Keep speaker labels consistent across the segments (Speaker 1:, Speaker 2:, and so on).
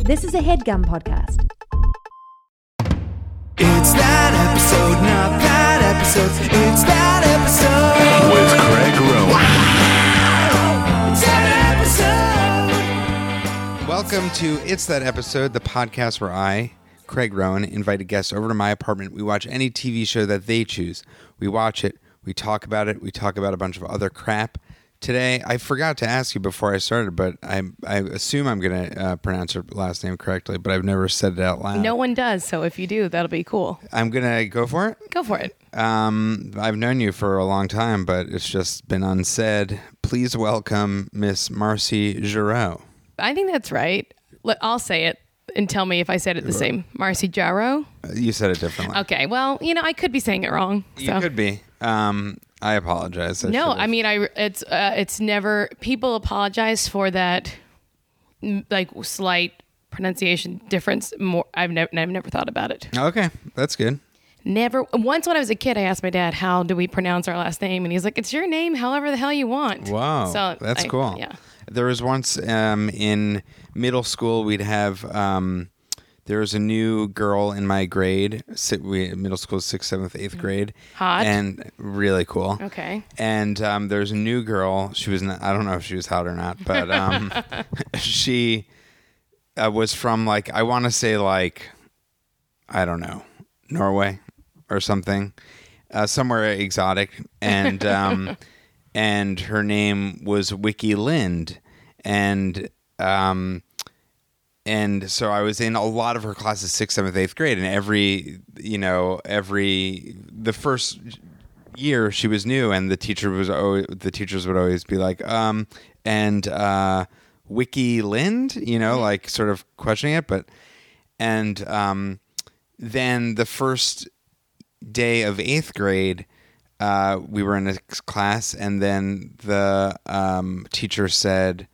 Speaker 1: This is a headgum podcast.
Speaker 2: It's that episode, not that episode. It's that episode.
Speaker 3: with Craig Rowan.
Speaker 2: It's that episode.
Speaker 4: Welcome to It's That Episode, the podcast where I, Craig Rowan, invite a guest over to my apartment. We watch any TV show that they choose. We watch it, we talk about it, we talk about a bunch of other crap. Today, I forgot to ask you before I started, but I, I assume I'm going to uh, pronounce your last name correctly, but I've never said it out loud.
Speaker 5: No one does, so if you do, that'll be cool.
Speaker 4: I'm going to go for it.
Speaker 5: Go for it.
Speaker 4: Um, I've known you for a long time, but it's just been unsaid. Please welcome Miss Marcy Giroux.
Speaker 5: I think that's right. Let- I'll say it and tell me if I said it the same. Marcy Jarrow.
Speaker 4: Uh, You said it differently.
Speaker 5: Okay, well, you know, I could be saying it wrong.
Speaker 4: You
Speaker 5: so.
Speaker 4: could be. Um, I apologize. I
Speaker 5: No,
Speaker 4: should've-
Speaker 5: I mean, I it's uh, it's never people apologize for that mm, like slight pronunciation difference. More, I've never I've never thought about it.
Speaker 4: Okay, that's good.
Speaker 5: Never once when I was a kid, I asked my dad, "How do we pronounce our last name?" And he's like, "It's your name, however the hell you want."
Speaker 4: Wow,
Speaker 5: So
Speaker 4: that's
Speaker 5: I-
Speaker 4: cool.
Speaker 5: Yeah.
Speaker 4: There was once um, in middle school we'd have um, there was a new girl in my grade. si- We middle school sixth, seventh, eighth grade.
Speaker 5: Mm. Hot.
Speaker 4: and really cool.
Speaker 5: Okay.
Speaker 4: And um, there was a new girl. She was not, I don't know if she was hot or not, but um, she uh, was from like I want to say like I don't know Norway or something, uh, somewhere exotic, and um, and her name was Wiki Lind, and um, and so I was in a lot of her classes, sixth, seventh, eighth grade, and every you know every the first year she was new, and the teacher was always, the teachers would always be like, um, and uh, Wiki Lind, you know, like sort of questioning it, but and um, then the first day of eighth grade, uh, we were in a class, and then the um, teacher said,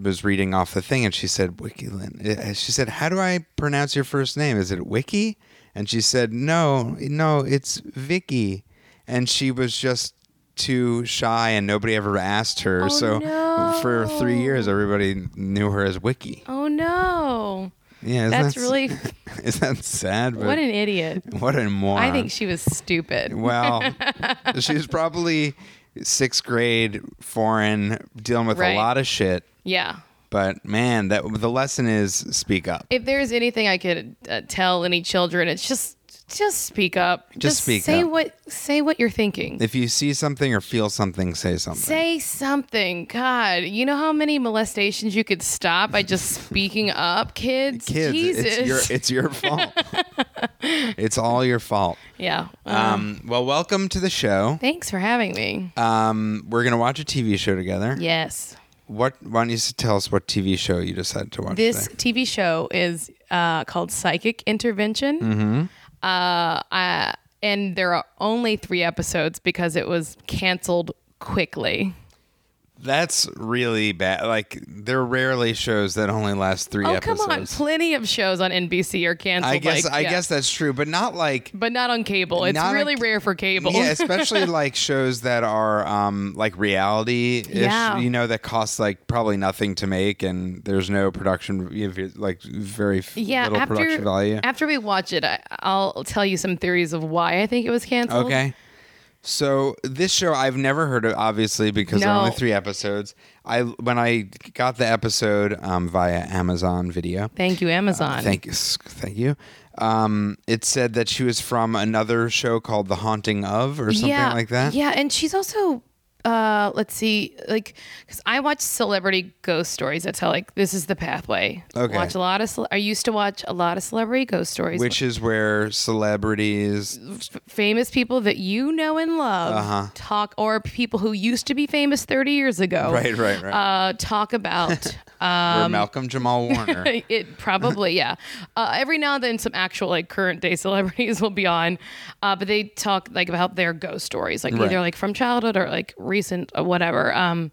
Speaker 4: was reading off the thing, and she said, Wikilin. uh, She said, How do I pronounce your first name? Is it Wiki? And she said, No, no, it's Vicky. And she was just too shy, and nobody ever asked her. so
Speaker 5: Oh, no.
Speaker 4: for three years, everybody knew her as Wiki.
Speaker 5: Oh no.
Speaker 4: Yeah, isn't
Speaker 5: That's
Speaker 4: that,
Speaker 5: really
Speaker 4: is that sad? But
Speaker 5: what an idiot.
Speaker 4: what a moron!
Speaker 5: I think she was stupid.
Speaker 4: Well, she was probably sixth grade, foreign, dealing with a
Speaker 5: Right.
Speaker 4: lot of shit.
Speaker 5: Yeah.
Speaker 4: But man, that the lesson is speak up.
Speaker 5: If there's anything I could uh, tell any children, it's just just speak up. Just,
Speaker 4: speak
Speaker 5: say
Speaker 4: up.
Speaker 5: what say what you're thinking.
Speaker 4: If you see something or feel something, say something.
Speaker 5: say something. God, you know how many molestations you could stop by just speaking up, kids?
Speaker 4: Kids,
Speaker 5: Jesus.
Speaker 4: it's your it's your fault. it's all your fault.
Speaker 5: yeah. Uh,
Speaker 4: Um, well, welcome to the show.
Speaker 5: thanks for having me.
Speaker 4: Um, we're gonna watch a TV show together.
Speaker 5: yes.
Speaker 4: What? Why don't you s- tell us what TV show you decided to watch?
Speaker 5: This
Speaker 4: today?
Speaker 5: TV show is uh, called Psychic Intervention.
Speaker 4: Mm-hmm.
Speaker 5: Uh, I, and there are only three episodes because it was canceled quickly.
Speaker 4: That's really bad. Like there are rarely shows that only last three
Speaker 5: Oh,
Speaker 4: episodes.
Speaker 5: come on. Plenty of shows on NBC are canceled.
Speaker 4: I guess
Speaker 5: like,
Speaker 4: I
Speaker 5: yeah.
Speaker 4: guess that's true, but not like
Speaker 5: But not on cable. It's
Speaker 4: Not on
Speaker 5: really
Speaker 4: ca-
Speaker 5: rare for cable.
Speaker 4: yeah, especially like shows that are um like reality ish,
Speaker 5: Yeah.
Speaker 4: you know, that cost like probably nothing to make and there's no production you have, like very f-
Speaker 5: Yeah,
Speaker 4: little production value.
Speaker 5: after we watch it, I, I'll tell you some theories of why I think it was canceled.
Speaker 4: Okay. So this show I've never heard of, obviously, because there are
Speaker 5: No.
Speaker 4: only three episodes. I when I got the episode um, via Amazon Video,
Speaker 5: Thank you, Amazon.
Speaker 4: Thank you. s- Thank you. Um, it said that she was from another show called The Haunting of or something
Speaker 5: yeah,
Speaker 4: like that.
Speaker 5: Yeah, and she's also uh let's see like cuz I watch celebrity ghost stories that's how like this is the pathway.
Speaker 4: Okay.
Speaker 5: Watch a lot of cele- I used to watch a lot of celebrity ghost stories.
Speaker 4: Which is where celebrities.
Speaker 5: famous people that you know and love
Speaker 4: Uh-huh.
Speaker 5: talk or people who used to be famous 30 years ago.
Speaker 4: Right, right, right.
Speaker 5: Uh talk about Um,
Speaker 4: where Malcolm Jamal Warner.
Speaker 5: it probably yeah uh, every now and then some actual like current day celebrities will be on uh, but they talk like about their ghost stories like
Speaker 4: Right.
Speaker 5: either like from childhood or like recent or whatever um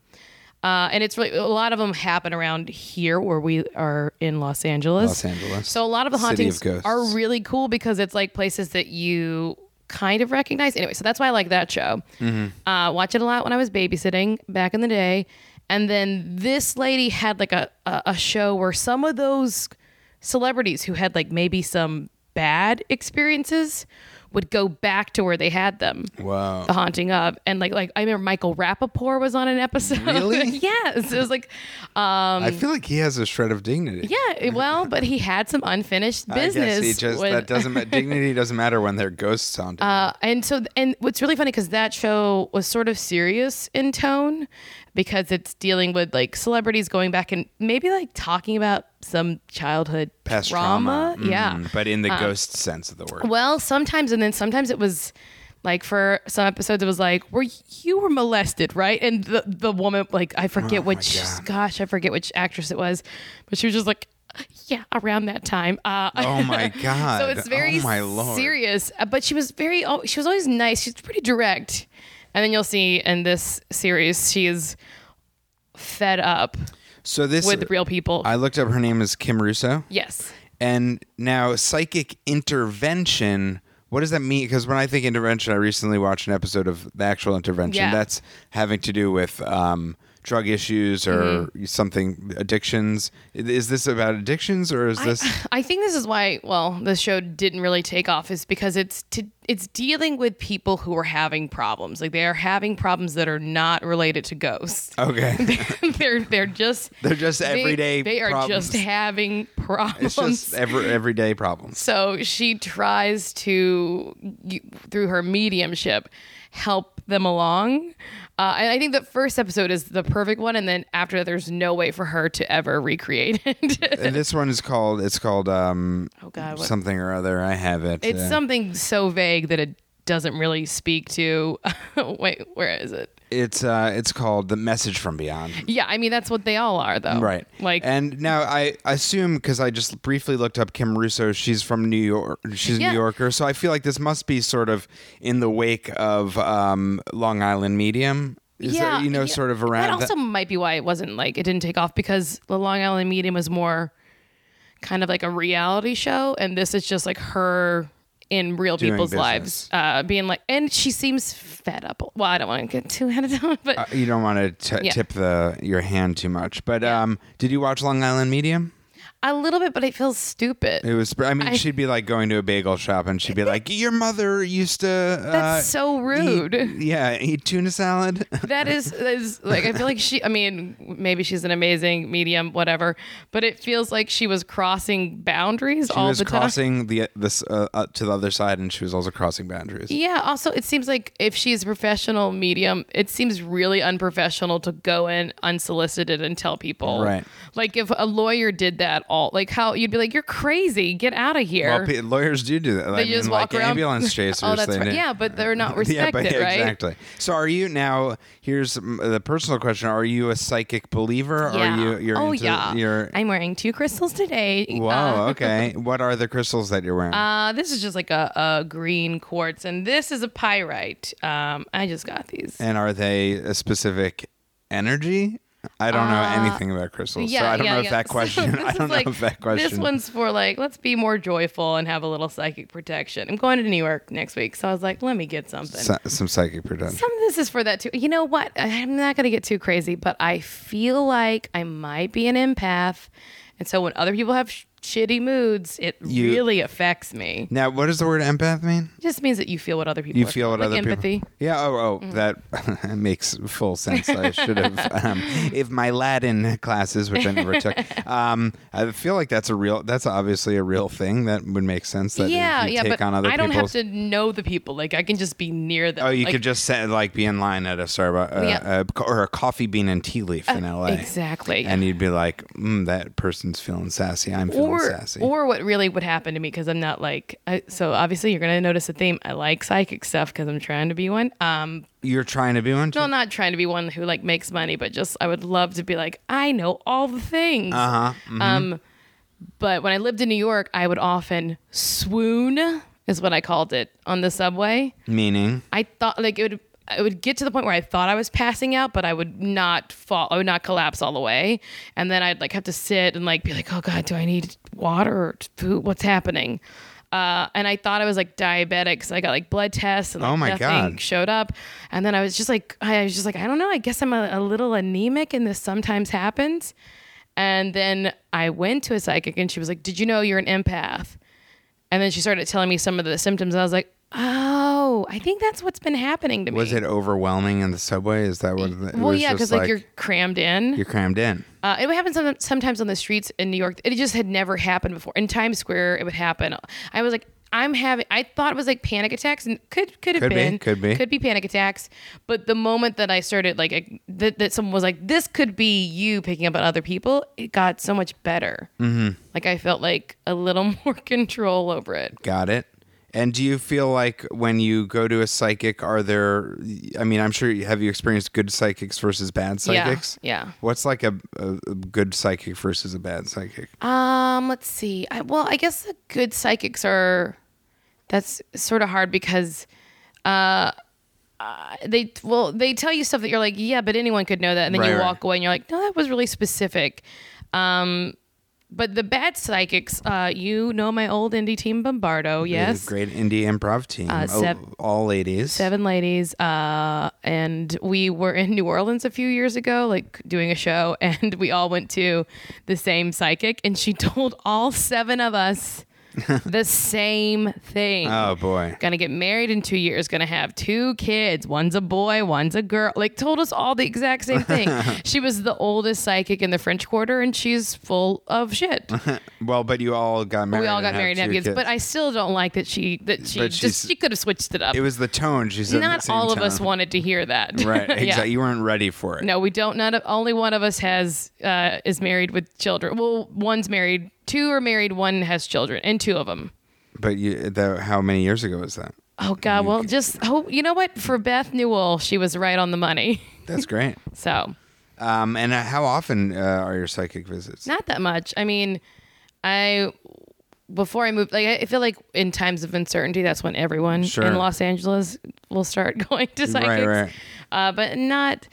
Speaker 5: uh, and it's really a lot of them happen around here where we are in Los Angeles.
Speaker 4: Los Angeles.
Speaker 5: So a lot of the
Speaker 4: City of
Speaker 5: hauntings
Speaker 4: ghosts.
Speaker 5: are really cool because it's like places that you kind of recognize. Anyway, so that's why I like that show.
Speaker 4: Mm-hmm.
Speaker 5: Uh, watch it a lot when I was babysitting back in the day. And then this lady had like a, a, a show where some of those celebrities who had like maybe some bad experiences would go back to where they had them.
Speaker 4: Wow.
Speaker 5: The haunting of and like like I remember Michael Rappaport was on an episode.
Speaker 4: Really?
Speaker 5: yes. It was like uh,
Speaker 4: I feel like he has a shred of dignity.
Speaker 5: Um, yeah, well, but he had some unfinished business.
Speaker 4: I guess he just
Speaker 5: with-
Speaker 4: that doesn't ma- dignity doesn't matter when they're ghosts on.
Speaker 5: Uh, and so, and what's really funny because that show was sort of serious in tone because it's dealing with like celebrities going back and maybe like talking about some childhood
Speaker 4: past
Speaker 5: trauma.
Speaker 4: trauma.
Speaker 5: Yeah. Uh,
Speaker 4: Mm, but in the ghost sense of the word.
Speaker 5: Well, sometimes, and then sometimes it was like for some episodes, it was like, "Were you were molested, right?" And the the woman, like, I forget which,
Speaker 4: Oh God.
Speaker 5: gosh, I forget which actress it was, but she was just like, "Yeah, around that time." Uh,
Speaker 4: Oh my god!
Speaker 5: so it's very
Speaker 4: oh my Lord.
Speaker 5: serious, uh, but she was very al- she was always nice. She's pretty direct, and then you'll see in this series she is fed up
Speaker 4: So this
Speaker 5: with real people.
Speaker 4: I looked up her name is Kim Russo.
Speaker 5: yes,
Speaker 4: And now psychic intervention. What does that mean? Because when I think intervention, I recently watched an episode of the actual intervention.
Speaker 5: Yeah.
Speaker 4: That's having to do with um, drug issues or
Speaker 5: Mm-hmm.
Speaker 4: something addictions. Is this about addictions or is this?
Speaker 5: I think this is why. Well, the show didn't really take off is because it's to, it's dealing with people who are having problems. Like they are having problems that are not related to ghosts.
Speaker 4: okay.
Speaker 5: they're they're just
Speaker 4: They're just
Speaker 5: they-
Speaker 4: everyday
Speaker 5: They, are
Speaker 4: problems.
Speaker 5: just having problems.
Speaker 4: It's just every, everyday problems.
Speaker 5: So she tries to, y- through her mediumship, help them along. Uh, and I think the first episode is the perfect one, and then after that, there's no way for her to ever recreate it.
Speaker 4: And this one is called it's called um
Speaker 5: Oh, God, what-
Speaker 4: something or other. I have it.
Speaker 5: it's
Speaker 4: Uh,
Speaker 5: something so vague that it doesn't really speak to. wait, where is it?
Speaker 4: it's uh it's called the message from beyond.
Speaker 5: Yeah, I mean that's what they all are, though.
Speaker 4: Right.
Speaker 5: Like,
Speaker 4: and now I assume because I just briefly looked up Kim Russo, she's from New York. She's a
Speaker 5: Yeah.
Speaker 4: New Yorker, so I feel like this must be sort of in the wake of um, Long Island Medium. Is
Speaker 5: yeah,
Speaker 4: that, you know,
Speaker 5: yeah.
Speaker 4: sort of
Speaker 5: That
Speaker 4: around.
Speaker 5: also
Speaker 4: that-
Speaker 5: might be why it wasn't like it didn't take off because the Long Island Medium was more kind of like a reality show, and this is just like her in real
Speaker 4: Doing
Speaker 5: people's
Speaker 4: business.
Speaker 5: lives, uh, being like, and she seems fed up. Well, I don't want to get too ahead of that, but
Speaker 4: uh, you don't want to
Speaker 5: Yeah.
Speaker 4: tip the your hand too much, but um, did you watch Long Island Medium?
Speaker 5: a little bit. But it feels stupid.
Speaker 4: It was. I mean,
Speaker 5: I-
Speaker 4: she'd be like going to a bagel shop, and she'd be like, "Your mother used to." Uh,
Speaker 5: That's so rude.
Speaker 4: eat- yeah, eat tuna salad.
Speaker 5: that is, is like I feel like she. I mean, maybe she's an amazing medium, whatever. But it feels like she was crossing boundaries
Speaker 4: she
Speaker 5: all
Speaker 4: was
Speaker 5: the time.
Speaker 4: crossing the this uh, uh, to the other side, and she was also crossing boundaries.
Speaker 5: Yeah. Also, it seems like if she's a professional medium, it seems really unprofessional to go in unsolicited and tell people.
Speaker 4: Right.
Speaker 5: Like if a lawyer did that, all like how you'd be like, "You're crazy. Get out of here."
Speaker 4: Well, pe- lawyers do do that.
Speaker 5: they
Speaker 4: I mean,
Speaker 5: just
Speaker 4: like
Speaker 5: walk around.
Speaker 4: ambulance chasers.
Speaker 5: oh, that's
Speaker 4: they
Speaker 5: right.
Speaker 4: do.
Speaker 5: Yeah, but they're not
Speaker 4: Yeah,
Speaker 5: respected,
Speaker 4: but yeah,
Speaker 5: right?
Speaker 4: exactly. So, are you now? Here's mm, the personal question: Are you a psychic believer? Or
Speaker 5: Yeah.
Speaker 4: Are you? You're
Speaker 5: oh
Speaker 4: into,
Speaker 5: yeah.
Speaker 4: You're.
Speaker 5: I'm wearing two crystals today.
Speaker 4: Wow.
Speaker 5: Uh,
Speaker 4: okay. What are the crystals that you're wearing?
Speaker 5: Uh, this is just like a, a green quartz, and this is a pyrite. Um, I just got these.
Speaker 4: and are they a specific energy? I don't
Speaker 5: Uh,
Speaker 4: know anything about crystals, so I don't know if that
Speaker 5: So
Speaker 4: question.
Speaker 5: this
Speaker 4: I
Speaker 5: is
Speaker 4: don't
Speaker 5: like-
Speaker 4: know if that question.
Speaker 5: This one's for like, let's be more joyful and have a little psychic protection. I'm going to New York next week, so I was like, let me get something.
Speaker 4: so- some psychic production.
Speaker 5: Some of this is for that too. You know what? I'm not going to get too crazy, but I feel like I might be an empath, and so when other people have sh- shitty moods, it
Speaker 4: You-
Speaker 5: really affects me.
Speaker 4: Now, what does the word empath mean?
Speaker 5: It just means that you feel what other people
Speaker 4: You
Speaker 5: are
Speaker 4: feel what
Speaker 5: feeling,
Speaker 4: other
Speaker 5: like empathy. Mm.
Speaker 4: people. Yeah. Oh, oh, that makes full sense. I should have. Um, if my Latin classes, which I never took, um, I feel like that's a real. That's obviously a real thing that would make sense. That if
Speaker 5: Yeah,
Speaker 4: you
Speaker 5: yeah,
Speaker 4: Take
Speaker 5: but
Speaker 4: on other
Speaker 5: I don't
Speaker 4: people's-
Speaker 5: have to know the people. Like I can just be near them.
Speaker 4: Oh, you
Speaker 5: Like,
Speaker 4: could just say, like be in line at a Starbucks uh,
Speaker 5: Yeah. Uh,
Speaker 4: uh, co- or a coffee bean and tea leaf in LA.
Speaker 5: exactly.
Speaker 4: And you'd be like, mm, that person's feeling sassy. I'm feeling
Speaker 5: or
Speaker 4: sassy.
Speaker 5: or what really would happen to me because I'm not like I, so obviously you're gonna notice a theme. I like psychic stuff because I'm trying to be one. Um,
Speaker 4: You're trying to be one. too?
Speaker 5: no, I'm not trying to be one who like makes money, but just I would love to be like I know all the things.
Speaker 4: Uh-huh,
Speaker 5: Uh huh.
Speaker 4: mm-hmm.
Speaker 5: Um, but when I lived in New York, I would often swoon is what I called it on the subway.
Speaker 4: Meaning.
Speaker 5: I thought like it would it would get to the point where I thought I was passing out, but I would not fall. I would not collapse all the way, and then I'd like have to sit and like be like, oh god, do I need water or food? What's happening? Uh, and I thought I was like diabetic, so I got like blood tests and like,
Speaker 4: Oh my
Speaker 5: nothing
Speaker 4: God.
Speaker 5: showed up. And then I was just like, I was just like, I don't know. I guess I'm a, a little anemic, and this sometimes happens. And then I went to a psychic and she was like, Did you know you're an empath? And then she started telling me some of the symptoms. And I was like, Oh, I think that's what's been happening to me.
Speaker 4: Was it overwhelming in the subway? Is that what? It
Speaker 5: Well,
Speaker 4: was
Speaker 5: yeah,
Speaker 4: just
Speaker 5: because like, you're crammed in.
Speaker 4: you're crammed in.
Speaker 5: Uh, it would happen some, sometimes on the streets in New York. It just had never happened before. In Times Square, it would happen. I was like, I'm having. I thought it was like panic attacks, and could could have
Speaker 4: Could be,
Speaker 5: been,
Speaker 4: could be.
Speaker 5: could be panic attacks. But the moment that I started like ag- that, that someone was like, this could be you picking up on other people. It got so much better. Mm-hmm. Like I felt like a little more control over it.
Speaker 4: Got it. And do you feel like when you go to a psychic, are there? I mean, I'm sure. Have you experienced good psychics versus bad
Speaker 5: Yeah,
Speaker 4: psychics?
Speaker 5: yeah.
Speaker 4: What's like a, a, a good psychic versus a bad psychic?
Speaker 5: Um, let's see. I, well, I guess the good psychics are. That's sort of hard because, uh, uh, they well they tell you stuff that you're like, yeah, but anyone could know that, and then
Speaker 4: Right,
Speaker 5: you
Speaker 4: right.
Speaker 5: walk away and you're like, no, that was really specific. Um, but the bad psychics, uh, you know my old indie team Bombardo, yes,
Speaker 4: great indie improv team. Oh,
Speaker 5: sev-
Speaker 4: all ladies.
Speaker 5: seven ladies uh and we were in new orleans a few years ago like doing a show and we all went to the same psychic and she told all seven of us the same thing
Speaker 4: Oh boy.
Speaker 5: gonna get married in two years gonna have two kids one's a boy one's a girl like told us all the exact same thing she was the oldest psychic in the french quarter and she's full of shit
Speaker 4: Well, but you all got married.
Speaker 5: we all got married and
Speaker 4: two
Speaker 5: have kids but
Speaker 4: kids.
Speaker 5: i still don't like that she that she
Speaker 4: But
Speaker 5: just
Speaker 4: she's-
Speaker 5: she could have switched it up
Speaker 4: It was the tone. She said. at the
Speaker 5: not
Speaker 4: same
Speaker 5: all of us
Speaker 4: time.
Speaker 5: wanted to hear that.
Speaker 4: Right.
Speaker 5: Yeah.
Speaker 4: Exactly. You weren't ready for it.
Speaker 5: No, we don't. Not only one of us has uh, is married with children. Well, one's married, two are married, one has children, and two of them.
Speaker 4: But you, the, how many years ago was that?
Speaker 5: Oh God. Well, just oh, you know what? For Beth Newell, she was right on the money.
Speaker 4: That's great.
Speaker 5: So
Speaker 4: Um, and uh, how often uh, are your psychic visits?
Speaker 5: not that much. I mean, I before I moved, like I feel like in times of uncertainty, that's when everyone
Speaker 4: Sure.
Speaker 5: in Los Angeles will start going to psychics.
Speaker 4: right.
Speaker 5: Uh, but not.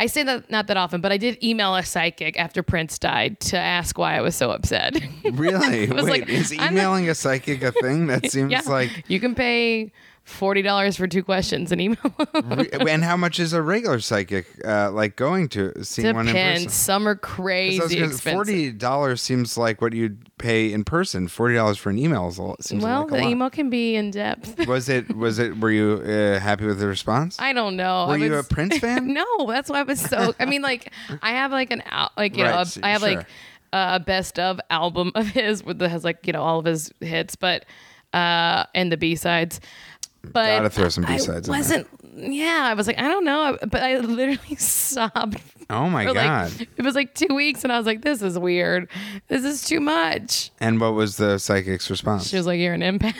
Speaker 5: I say that not that often, but I did email a psychic after Prince died to ask why I was so upset.
Speaker 4: Really? Wait,
Speaker 5: was like,
Speaker 4: is
Speaker 5: I'm not-
Speaker 4: emailing a psychic a thing? That seems
Speaker 5: yeah,
Speaker 4: like.
Speaker 5: you can pay forty dollars for two questions and email.
Speaker 4: re- and how much is a regular psychic uh, like going to seeing one in
Speaker 5: Depends.
Speaker 4: person?
Speaker 5: Some are
Speaker 4: 'Cause I was
Speaker 5: crazy
Speaker 4: gonna-
Speaker 5: expensive.
Speaker 4: Forty dollars seems like what you'd pay in person. Forty dollars for an email is a, lot- seems
Speaker 5: well,
Speaker 4: like a
Speaker 5: the
Speaker 4: lot.
Speaker 5: email can be in depth.
Speaker 4: was it? Was it? Were you uh, happy with the response?
Speaker 5: I don't know.
Speaker 4: were
Speaker 5: I
Speaker 4: you a
Speaker 5: was-
Speaker 4: Prince fan?
Speaker 5: No, that's why I was so. I mean, like, I have like an out, like you
Speaker 4: Right,
Speaker 5: know,
Speaker 4: so-
Speaker 5: a, I have
Speaker 4: sure.
Speaker 5: like a best of album of his with that has like you know all of his hits, but uh and the B sides. But
Speaker 4: Gotta throw some
Speaker 5: I
Speaker 4: B-sides in there.
Speaker 5: Wasn't yeah. I was like, I don't know, but I literally sobbed.
Speaker 4: Oh my
Speaker 5: for, like-
Speaker 4: god!
Speaker 5: it was like two weeks, and I was like, this is weird. This is too much.
Speaker 4: and what was the psychic's response?
Speaker 5: She was like, you're an empath.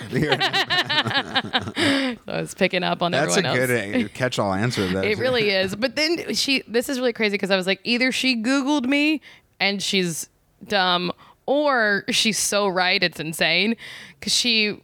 Speaker 5: So I was picking up on
Speaker 4: That's a
Speaker 5: everyone else.
Speaker 4: good uh, catch-all answer. That
Speaker 5: It really is. But then she, this is really crazy because I was like, either she Googled me and she's dumb, or she's so right, it's insane. Because she,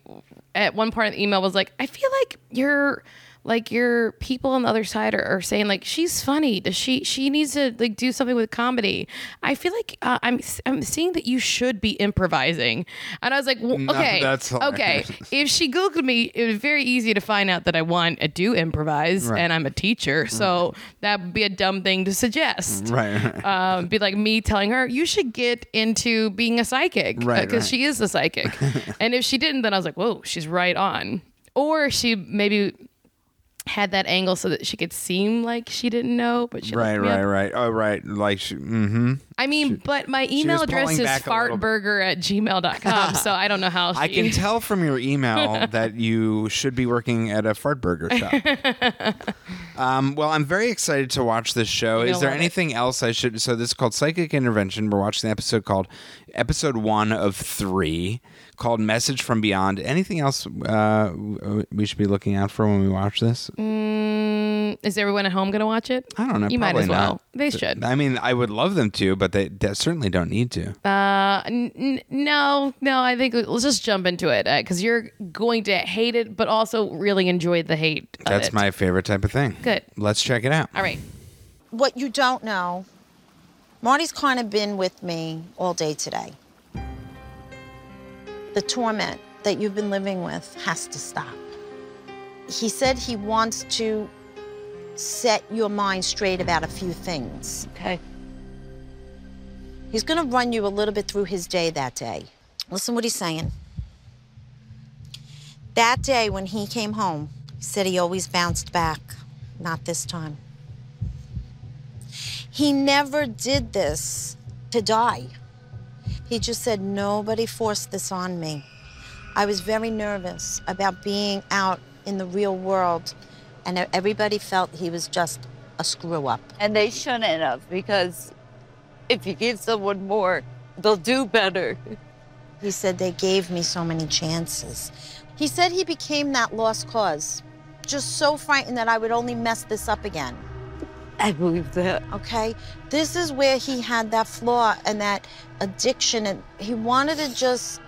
Speaker 5: at one part of the email, was like, I feel like you're. Like your people on the other side are, are saying, like she's funny. Does she? She needs to like do something with comedy. I feel like uh, I'm I'm seeing that you should be improvising, and I was like, well,
Speaker 4: No,
Speaker 5: okay,
Speaker 4: that's
Speaker 5: okay
Speaker 4: hilarious.
Speaker 5: if she googled me it was very easy to find out that i want i do improvise
Speaker 4: Right.
Speaker 5: and i'm a teacher so that would be a dumb thing to suggest
Speaker 4: right. right.
Speaker 5: um, be like me telling her you should get into being a psychic because
Speaker 4: Right, right.
Speaker 5: she is a psychic and if she didn't then i was like whoa she's right on or she maybe had that angle so that she could seem like she didn't know but she
Speaker 4: Right,
Speaker 5: looked me up.
Speaker 4: right, right. Oh, right. Like, she, mm-hmm.
Speaker 5: i mean but my email
Speaker 4: was
Speaker 5: address
Speaker 4: pulling
Speaker 5: is
Speaker 4: back a little bit.
Speaker 5: fartburger at gmail.com so i don't know how she
Speaker 4: I can tell from your email that you should be working at a fartburger shop. um, well, I'm very excited to watch this show.
Speaker 5: You're
Speaker 4: Is
Speaker 5: gonna
Speaker 4: there
Speaker 5: love it.
Speaker 4: anything else I should? So this is called Psychic Intervention. We're watching the episode called Episode One of Three, called Message from Beyond. Anything else uh, w- we should be looking out for when we watch this?
Speaker 5: Is everyone at home going to watch it?
Speaker 4: I don't know.
Speaker 5: Mm, You might
Speaker 4: probably
Speaker 5: as well.
Speaker 4: not.
Speaker 5: They should.
Speaker 4: I mean, I would love them to, but they, they certainly don't need to.
Speaker 5: Uh, n- n- no, no. I think let's just jump into it because you're going to hate it, but also really enjoy the hate. of
Speaker 4: That's
Speaker 5: it.
Speaker 4: my favorite type of thing.
Speaker 5: Good.
Speaker 4: Let's check it out.
Speaker 5: All right.
Speaker 3: What you don't know, Marty's kind of been with me all day today. The torment that you've been living with has to stop. He said he wants to set your mind straight about a few things.
Speaker 5: Okay.
Speaker 3: He's going to run you a little bit through his day that day. Listen what he's saying. That day when he came home, he said he always bounced back. Not this time. He never did this to die. He just said, Nobody forced this on me. I was very nervous about being out in the real world, and everybody felt he was just a screw up.
Speaker 6: And they shouldn't have because if you give someone more, they'll do better.
Speaker 3: He said they gave me so many chances. He said he became that lost cause, just so frightened that I would only mess this up again.
Speaker 6: I believe that.
Speaker 3: Okay? This is where he had that flaw and that addiction, and he wanted to just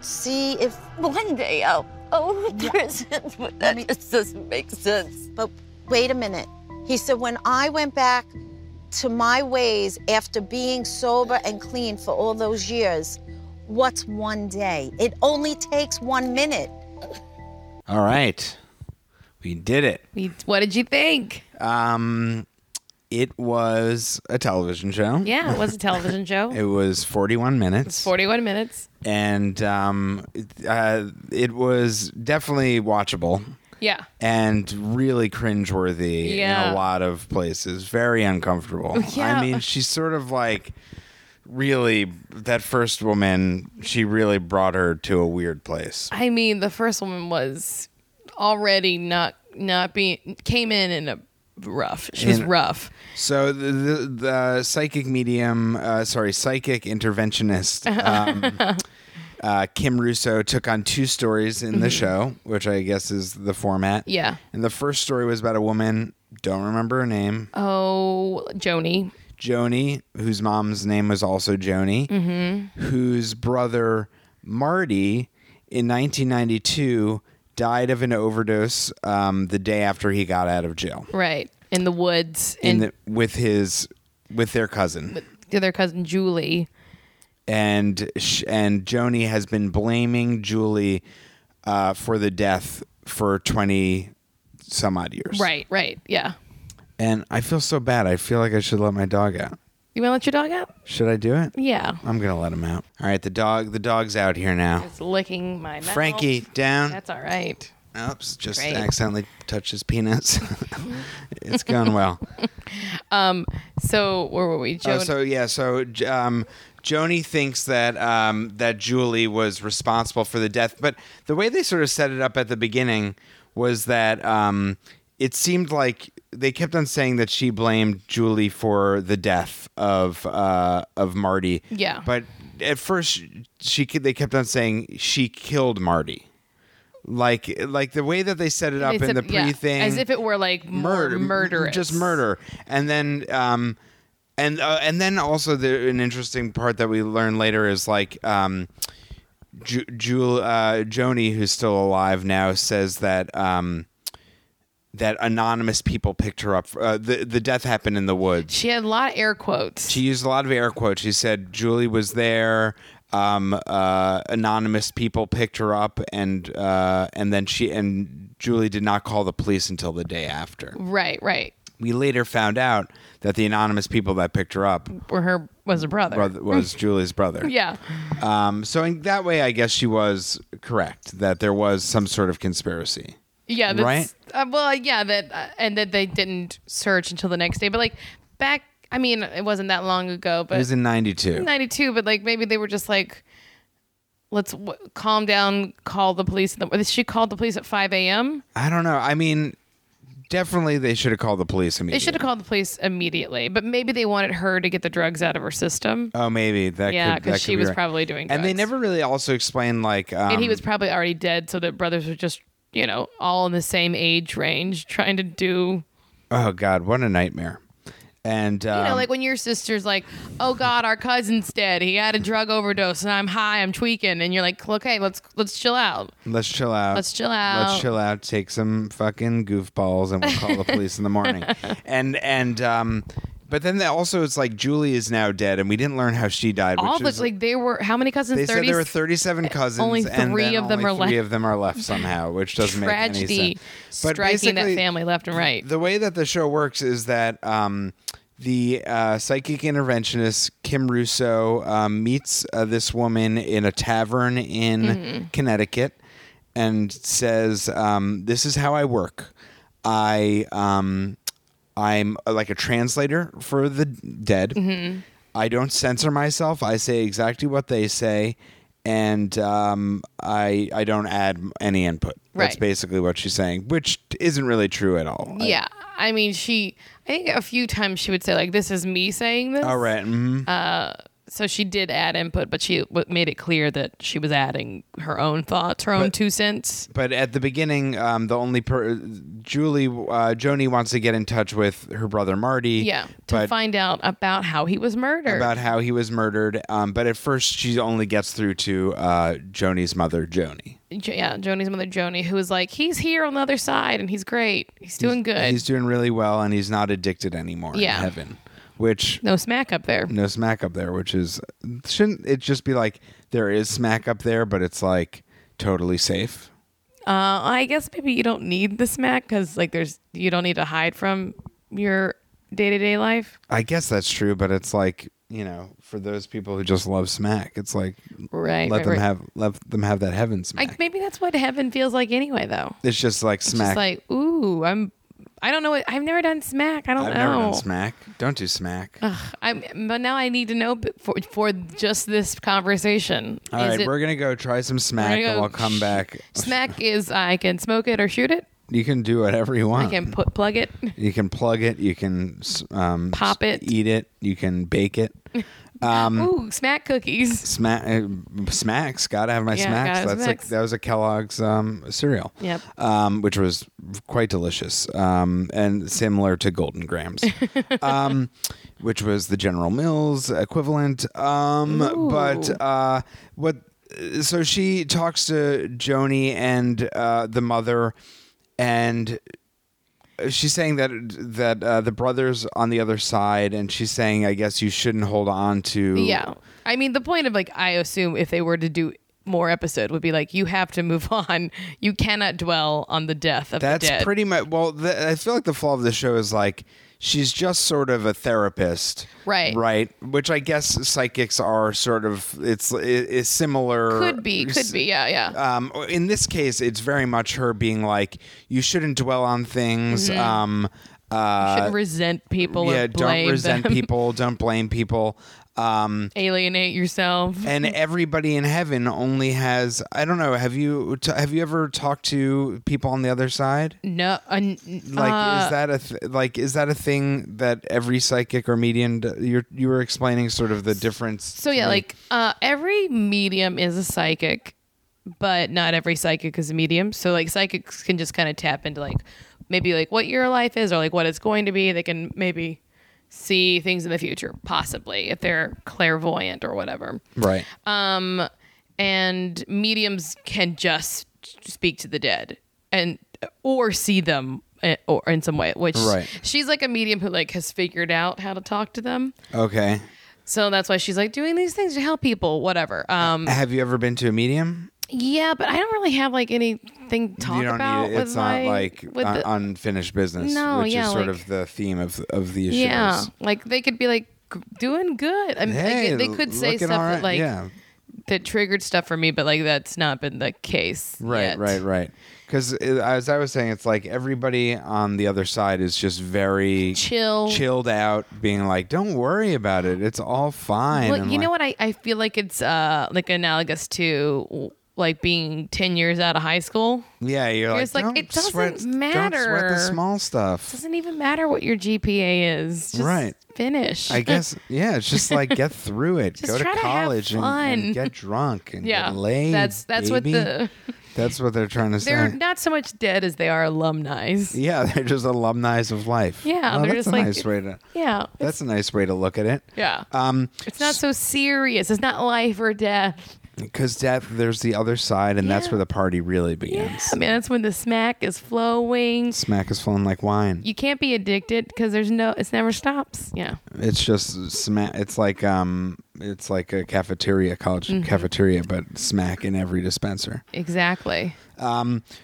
Speaker 3: see if.
Speaker 6: One day I'll own a prison, but that just doesn't make sense.
Speaker 3: But wait a minute. He said, when I went back to my ways after being sober and clean for all those years, what's one day? It only takes one minute.
Speaker 4: All right. We did it.
Speaker 5: We- What did you think?
Speaker 4: Um, it was a television show.
Speaker 5: Yeah, it was a television show.
Speaker 4: It was 41 minutes.
Speaker 5: 41 minutes.
Speaker 4: And um, uh, it was definitely watchable
Speaker 5: Yeah.
Speaker 4: and really cringeworthy in
Speaker 5: Yeah.
Speaker 4: a lot of places. Very uncomfortable.
Speaker 5: Yeah.
Speaker 4: I mean, she's sort of like really, that first woman, she really brought her to a weird place.
Speaker 5: I mean, the first woman was already not not being came in in a rough. She was
Speaker 4: In-
Speaker 5: rough.
Speaker 4: So the the, the psychic medium, uh, sorry, psychic interventionist, um, uh, Kim Russo took on two stories in the show, which I guess is the format.
Speaker 5: Mm-hmm. Yeah.
Speaker 4: And the first story was about a woman, don't remember her name,
Speaker 5: Oh, Joni.
Speaker 4: Joni, whose mom's name was also Joni,
Speaker 5: Mm-hmm.
Speaker 4: whose brother Marty in 1992 died of an overdose um, the day after he got out of jail.
Speaker 5: Right. In the woods
Speaker 4: In
Speaker 5: and
Speaker 4: the, with his with their cousin.
Speaker 5: the other cousin Julie.
Speaker 4: and sh- and Joni has been blaming Julie uh, for the death for twenty some odd years.
Speaker 5: Right, right. Yeah.
Speaker 4: And I feel so bad. I feel like I should let my dog out.
Speaker 5: You want to let your dog out?
Speaker 4: Should I do it?
Speaker 5: Yeah.
Speaker 4: I'm gonna let him out. All right. The dog. The dog's out here now.
Speaker 5: It's licking my mouth.
Speaker 4: Frankie down.
Speaker 5: That's all right.
Speaker 4: Oops. Just
Speaker 5: Great.
Speaker 4: accidentally touched his penis. it's gone well.
Speaker 5: So, where were we?
Speaker 4: Oh,
Speaker 5: Joni.
Speaker 4: so yeah, so J- um, Joni thinks that um, that Julie was responsible for the death, but the way they sort of set it up at the beginning was that um, it seemed like they kept on saying that she blamed Julie for the death of uh, of Marty.
Speaker 5: Yeah.
Speaker 4: but at first she ke- they kept on saying she killed Marty. Like, like the way that they set it up
Speaker 5: They
Speaker 4: in
Speaker 5: said-
Speaker 4: the pre
Speaker 5: yeah,
Speaker 4: thing,
Speaker 5: As if it were like
Speaker 4: murder,
Speaker 5: murder, murderous.
Speaker 4: just murder, and then um, and uh, and then also the an interesting part that we learn later is like um, Ju- Jul- uh, Joni, who's still alive now, says that um, that anonymous people picked her up. For, uh, the the death happened in the woods.
Speaker 5: She had a lot of air quotes.
Speaker 4: She used a lot of air quotes. She said Julie was there. Um, uh, anonymous people picked her up, and uh, and then she and Julie did not call the police until the day after
Speaker 5: right, right.
Speaker 4: we later found out that the anonymous people that picked her up
Speaker 5: Where her was a brother.
Speaker 4: brother, was Julie's brother.
Speaker 5: Mm. Yeah.
Speaker 4: Um, so in that way, I guess she was correct that there was some sort of conspiracy.
Speaker 5: Yeah, that's, Uh, well, yeah, that uh, and that they didn't search until the next day. But like back, I mean, it wasn't that long ago,
Speaker 4: It was
Speaker 5: but
Speaker 4: in '92.
Speaker 5: ninety two. But like maybe they were just like, let's w- calm down, call the police. in the- She called the police at five a.m.
Speaker 4: I don't know. I mean, definitely they should have called the police
Speaker 5: They
Speaker 4: immediately.
Speaker 5: should have called the police immediately. But maybe they wanted her to get the drugs out of her system,
Speaker 4: Oh, maybe that.
Speaker 5: Yeah,
Speaker 4: could-
Speaker 5: 'cause
Speaker 4: that could
Speaker 5: she
Speaker 4: be
Speaker 5: was
Speaker 4: right.
Speaker 5: probably doing
Speaker 4: And they
Speaker 5: drugs.
Speaker 4: never really also explained like. Um,
Speaker 5: and he was probably already dead. So the brothers were just, you know, all in the same age range, trying to do
Speaker 4: Oh God, what a nightmare. And um,
Speaker 5: You know, like when your sister's like, "Oh God, our cousin's dead. He had a drug overdose, and I'm high. I'm tweaking." And you're like, "Okay, let's let's chill out."
Speaker 4: Let's chill out.
Speaker 5: Let's chill
Speaker 4: Let's
Speaker 5: out.
Speaker 4: chill out. Take some fucking goofballs, and we'll call the police in the morning. And and um, but then they- also it's like Julie is now dead, and we didn't learn how she died.
Speaker 5: All
Speaker 4: which
Speaker 5: the
Speaker 4: is,
Speaker 5: like, there were how many cousins?
Speaker 4: they said there were
Speaker 5: 30s?
Speaker 4: thirty-seven cousins.
Speaker 5: only
Speaker 4: and
Speaker 5: three
Speaker 4: then
Speaker 5: of them
Speaker 4: only
Speaker 5: are left.
Speaker 4: Three of them are left somehow, which doesn't make any
Speaker 5: Tragedy
Speaker 4: sense. But
Speaker 5: striking that
Speaker 4: basically,
Speaker 5: family left and right.
Speaker 4: The way that the show works is that um, the uh, psychic interventionist Kim Russo um, meets uh, this woman in a tavern in
Speaker 5: Mm-hmm.
Speaker 4: Connecticut and says, um, "This is how I work. I um, I'm uh, like a translator for the dead.
Speaker 5: Mm-hmm.
Speaker 4: I don't censor myself. I say exactly what they say." And um, I I don't add any input. That's
Speaker 5: Right.
Speaker 4: basically what she's saying, which isn't really true at all. I-
Speaker 5: yeah. I mean, she. I think a few times she would say like, "This is me saying this."
Speaker 4: all right. mhm.
Speaker 5: So she did add input, but she w- made it clear that she was adding her own thoughts, her own two cents.
Speaker 4: But at the beginning, um, the only per- Julie uh, Joni wants to get in touch with her brother Marty.
Speaker 5: Yeah. To
Speaker 4: but
Speaker 5: find out about how he was murdered.
Speaker 4: about how he was murdered. Um, but at first, she only gets through to uh, Joni's mother, Joni.
Speaker 5: Jo- yeah, Joni's mother, Joni, who was like, he's here on the other side and he's great. He's doing good.
Speaker 4: He's doing really well, and he's not addicted anymore.
Speaker 5: Yeah.
Speaker 4: in heaven, which
Speaker 5: no smack up there.
Speaker 4: no smack up there. Which is shouldn't it just be like there is smack up there, but it's like totally safe.
Speaker 5: Uh, I guess maybe you don't need the smack because like there's you don't need to hide from your day to day life.
Speaker 4: I guess that's true, but it's like you know, for those people who just love smack, it's like
Speaker 5: Right.
Speaker 4: let
Speaker 5: right,
Speaker 4: them
Speaker 5: right.
Speaker 4: have let them have that heaven smack.
Speaker 5: Like maybe that's what heaven feels like anyway, though.
Speaker 4: it's just like smack.
Speaker 5: Just like ooh, I'm. I don't know. What, I've never done smack. I don't
Speaker 4: I've
Speaker 5: know.
Speaker 4: never done smack. Don't do smack.
Speaker 5: I'm, but now I need to know b- for for just this conversation.
Speaker 4: All
Speaker 5: Is
Speaker 4: right,
Speaker 5: it-
Speaker 4: we're gonna go try some smack,
Speaker 5: we're gonna
Speaker 4: and
Speaker 5: go
Speaker 4: we'll come
Speaker 5: sh-
Speaker 4: back.
Speaker 5: Smack is I can smoke it or shoot it.
Speaker 4: You can do whatever you
Speaker 5: I
Speaker 4: want.
Speaker 5: can put plug it.
Speaker 4: You can plug it. You can s- um,
Speaker 5: Pop
Speaker 4: s-
Speaker 5: it.
Speaker 4: Eat it. You can bake it.
Speaker 5: ooh, smack cookies.
Speaker 4: Smack uh, smacks. Gotta have my
Speaker 5: Yeah,
Speaker 4: smacks.
Speaker 5: gotta have
Speaker 4: That's
Speaker 5: smacks.
Speaker 4: like that was a Kellogg's um, cereal.
Speaker 5: Yep.
Speaker 4: Um, which was quite delicious um, and similar to Golden Grams, um, which was the General Mills equivalent. Um, but uh, what? So she talks to Joni and uh, the mother, and she's saying that that uh, the brothers on the other side, and she's saying, I guess you shouldn't hold on to
Speaker 5: Yeah. I mean, the point of like, I assume if they were to do more episode would be like, you have to move on. You cannot dwell on the death of
Speaker 4: That's
Speaker 5: the dead.
Speaker 4: pretty much. Well, th I feel like the flaw of the show is like she's just sort of a therapist,
Speaker 5: Right.
Speaker 4: Right. Which I guess psychics are sort of. It's is similar.
Speaker 5: could be, could be. Yeah, yeah.
Speaker 4: Um, in this case, it's very much her being like, "You shouldn't dwell on things." Um, uh,
Speaker 5: Mm-hmm. Shouldn't resent people.
Speaker 4: yeah,
Speaker 5: or blame
Speaker 4: don't resent
Speaker 5: them.
Speaker 4: people. Don't blame people. Um,
Speaker 5: Alienate yourself.
Speaker 4: and everybody in heaven only has. I don't know. Have you t- have you ever talked to people on the other side?
Speaker 5: No, un-
Speaker 4: like
Speaker 5: uh,
Speaker 4: is that a th- like is that a thing that every psychic or medium d- you're you were explaining sort of the difference
Speaker 5: So
Speaker 4: to
Speaker 5: yeah,
Speaker 4: me.
Speaker 5: like uh, every medium is a psychic, but not every psychic is a medium. So like psychics can just kind of tap into like maybe like what your life is or like what it's going to be. They can maybe see things in the future, possibly if they're clairvoyant or whatever.
Speaker 4: right
Speaker 5: Um, and mediums can just speak to the dead and or see them eh, or in some way. Which
Speaker 4: Right.
Speaker 5: she's like a medium who like has figured out how to talk to them.
Speaker 4: okay
Speaker 5: So that's why she's like doing these things to help people, whatever. Um,
Speaker 4: have you ever been to a medium
Speaker 5: yeah, but I don't really have like anything to talk
Speaker 4: you don't
Speaker 5: about
Speaker 4: need
Speaker 5: with
Speaker 4: it's
Speaker 5: my
Speaker 4: not like uh,
Speaker 5: with
Speaker 4: un-
Speaker 5: the-
Speaker 4: unfinished business
Speaker 5: No,
Speaker 4: which
Speaker 5: yeah,
Speaker 4: is sort
Speaker 5: like-
Speaker 4: of the theme of of these
Speaker 5: yeah,
Speaker 4: shows
Speaker 5: like they could be like g- doing good. I mean,
Speaker 4: hey,
Speaker 5: like, they could say
Speaker 4: looking
Speaker 5: stuff
Speaker 4: all right.
Speaker 5: that like
Speaker 4: yeah
Speaker 5: that triggered stuff for me, but like that's not been the case.
Speaker 4: right
Speaker 5: yet.
Speaker 4: right right because as i was saying it's like everybody on the other side is just very
Speaker 5: Chill.
Speaker 4: chilled out being like don't worry about it it's all fine
Speaker 5: Well,
Speaker 4: And,
Speaker 5: you
Speaker 4: like,
Speaker 5: know what? I, I feel like it's uh like analogous to like being ten years out of high school.
Speaker 4: Yeah, you're like,
Speaker 5: It's like,
Speaker 4: don't
Speaker 5: it doesn't
Speaker 4: sweat, Don't sweat the
Speaker 5: matter.
Speaker 4: small stuff.
Speaker 5: Doesn't even matter what your GPA is. Just
Speaker 4: Right.
Speaker 5: Finish.
Speaker 4: I guess, yeah, it's just like get through it.
Speaker 5: Just
Speaker 4: Go to
Speaker 5: try to have
Speaker 4: college and, and
Speaker 5: fun.
Speaker 4: get drunk and
Speaker 5: yeah.
Speaker 4: get laid.
Speaker 5: that's that's what
Speaker 4: baby.
Speaker 5: the
Speaker 4: That's what they're trying to
Speaker 5: They're
Speaker 4: say.
Speaker 5: not so much dead as they are alumni.
Speaker 4: yeah, they're just alumni of life.
Speaker 5: Yeah,
Speaker 4: Oh,
Speaker 5: they're
Speaker 4: that's
Speaker 5: just
Speaker 4: a
Speaker 5: like-
Speaker 4: nice way to.
Speaker 5: Yeah.
Speaker 4: That's a nice way to look at it.
Speaker 5: Yeah.
Speaker 4: Um,
Speaker 5: It's not so serious. It's not life or death.
Speaker 4: because death, there's the other side, and that's
Speaker 5: Yeah.
Speaker 4: where the party really begins.
Speaker 5: I mean, that's when the smack is flowing.
Speaker 4: Smack is flowing like wine.
Speaker 5: You can't be addicted because there's no, it never stops. Yeah.
Speaker 4: It's just sma It's like um, It's like a cafeteria, college
Speaker 5: Mm-hmm.
Speaker 4: cafeteria, but smack in every dispenser.
Speaker 5: Exactly.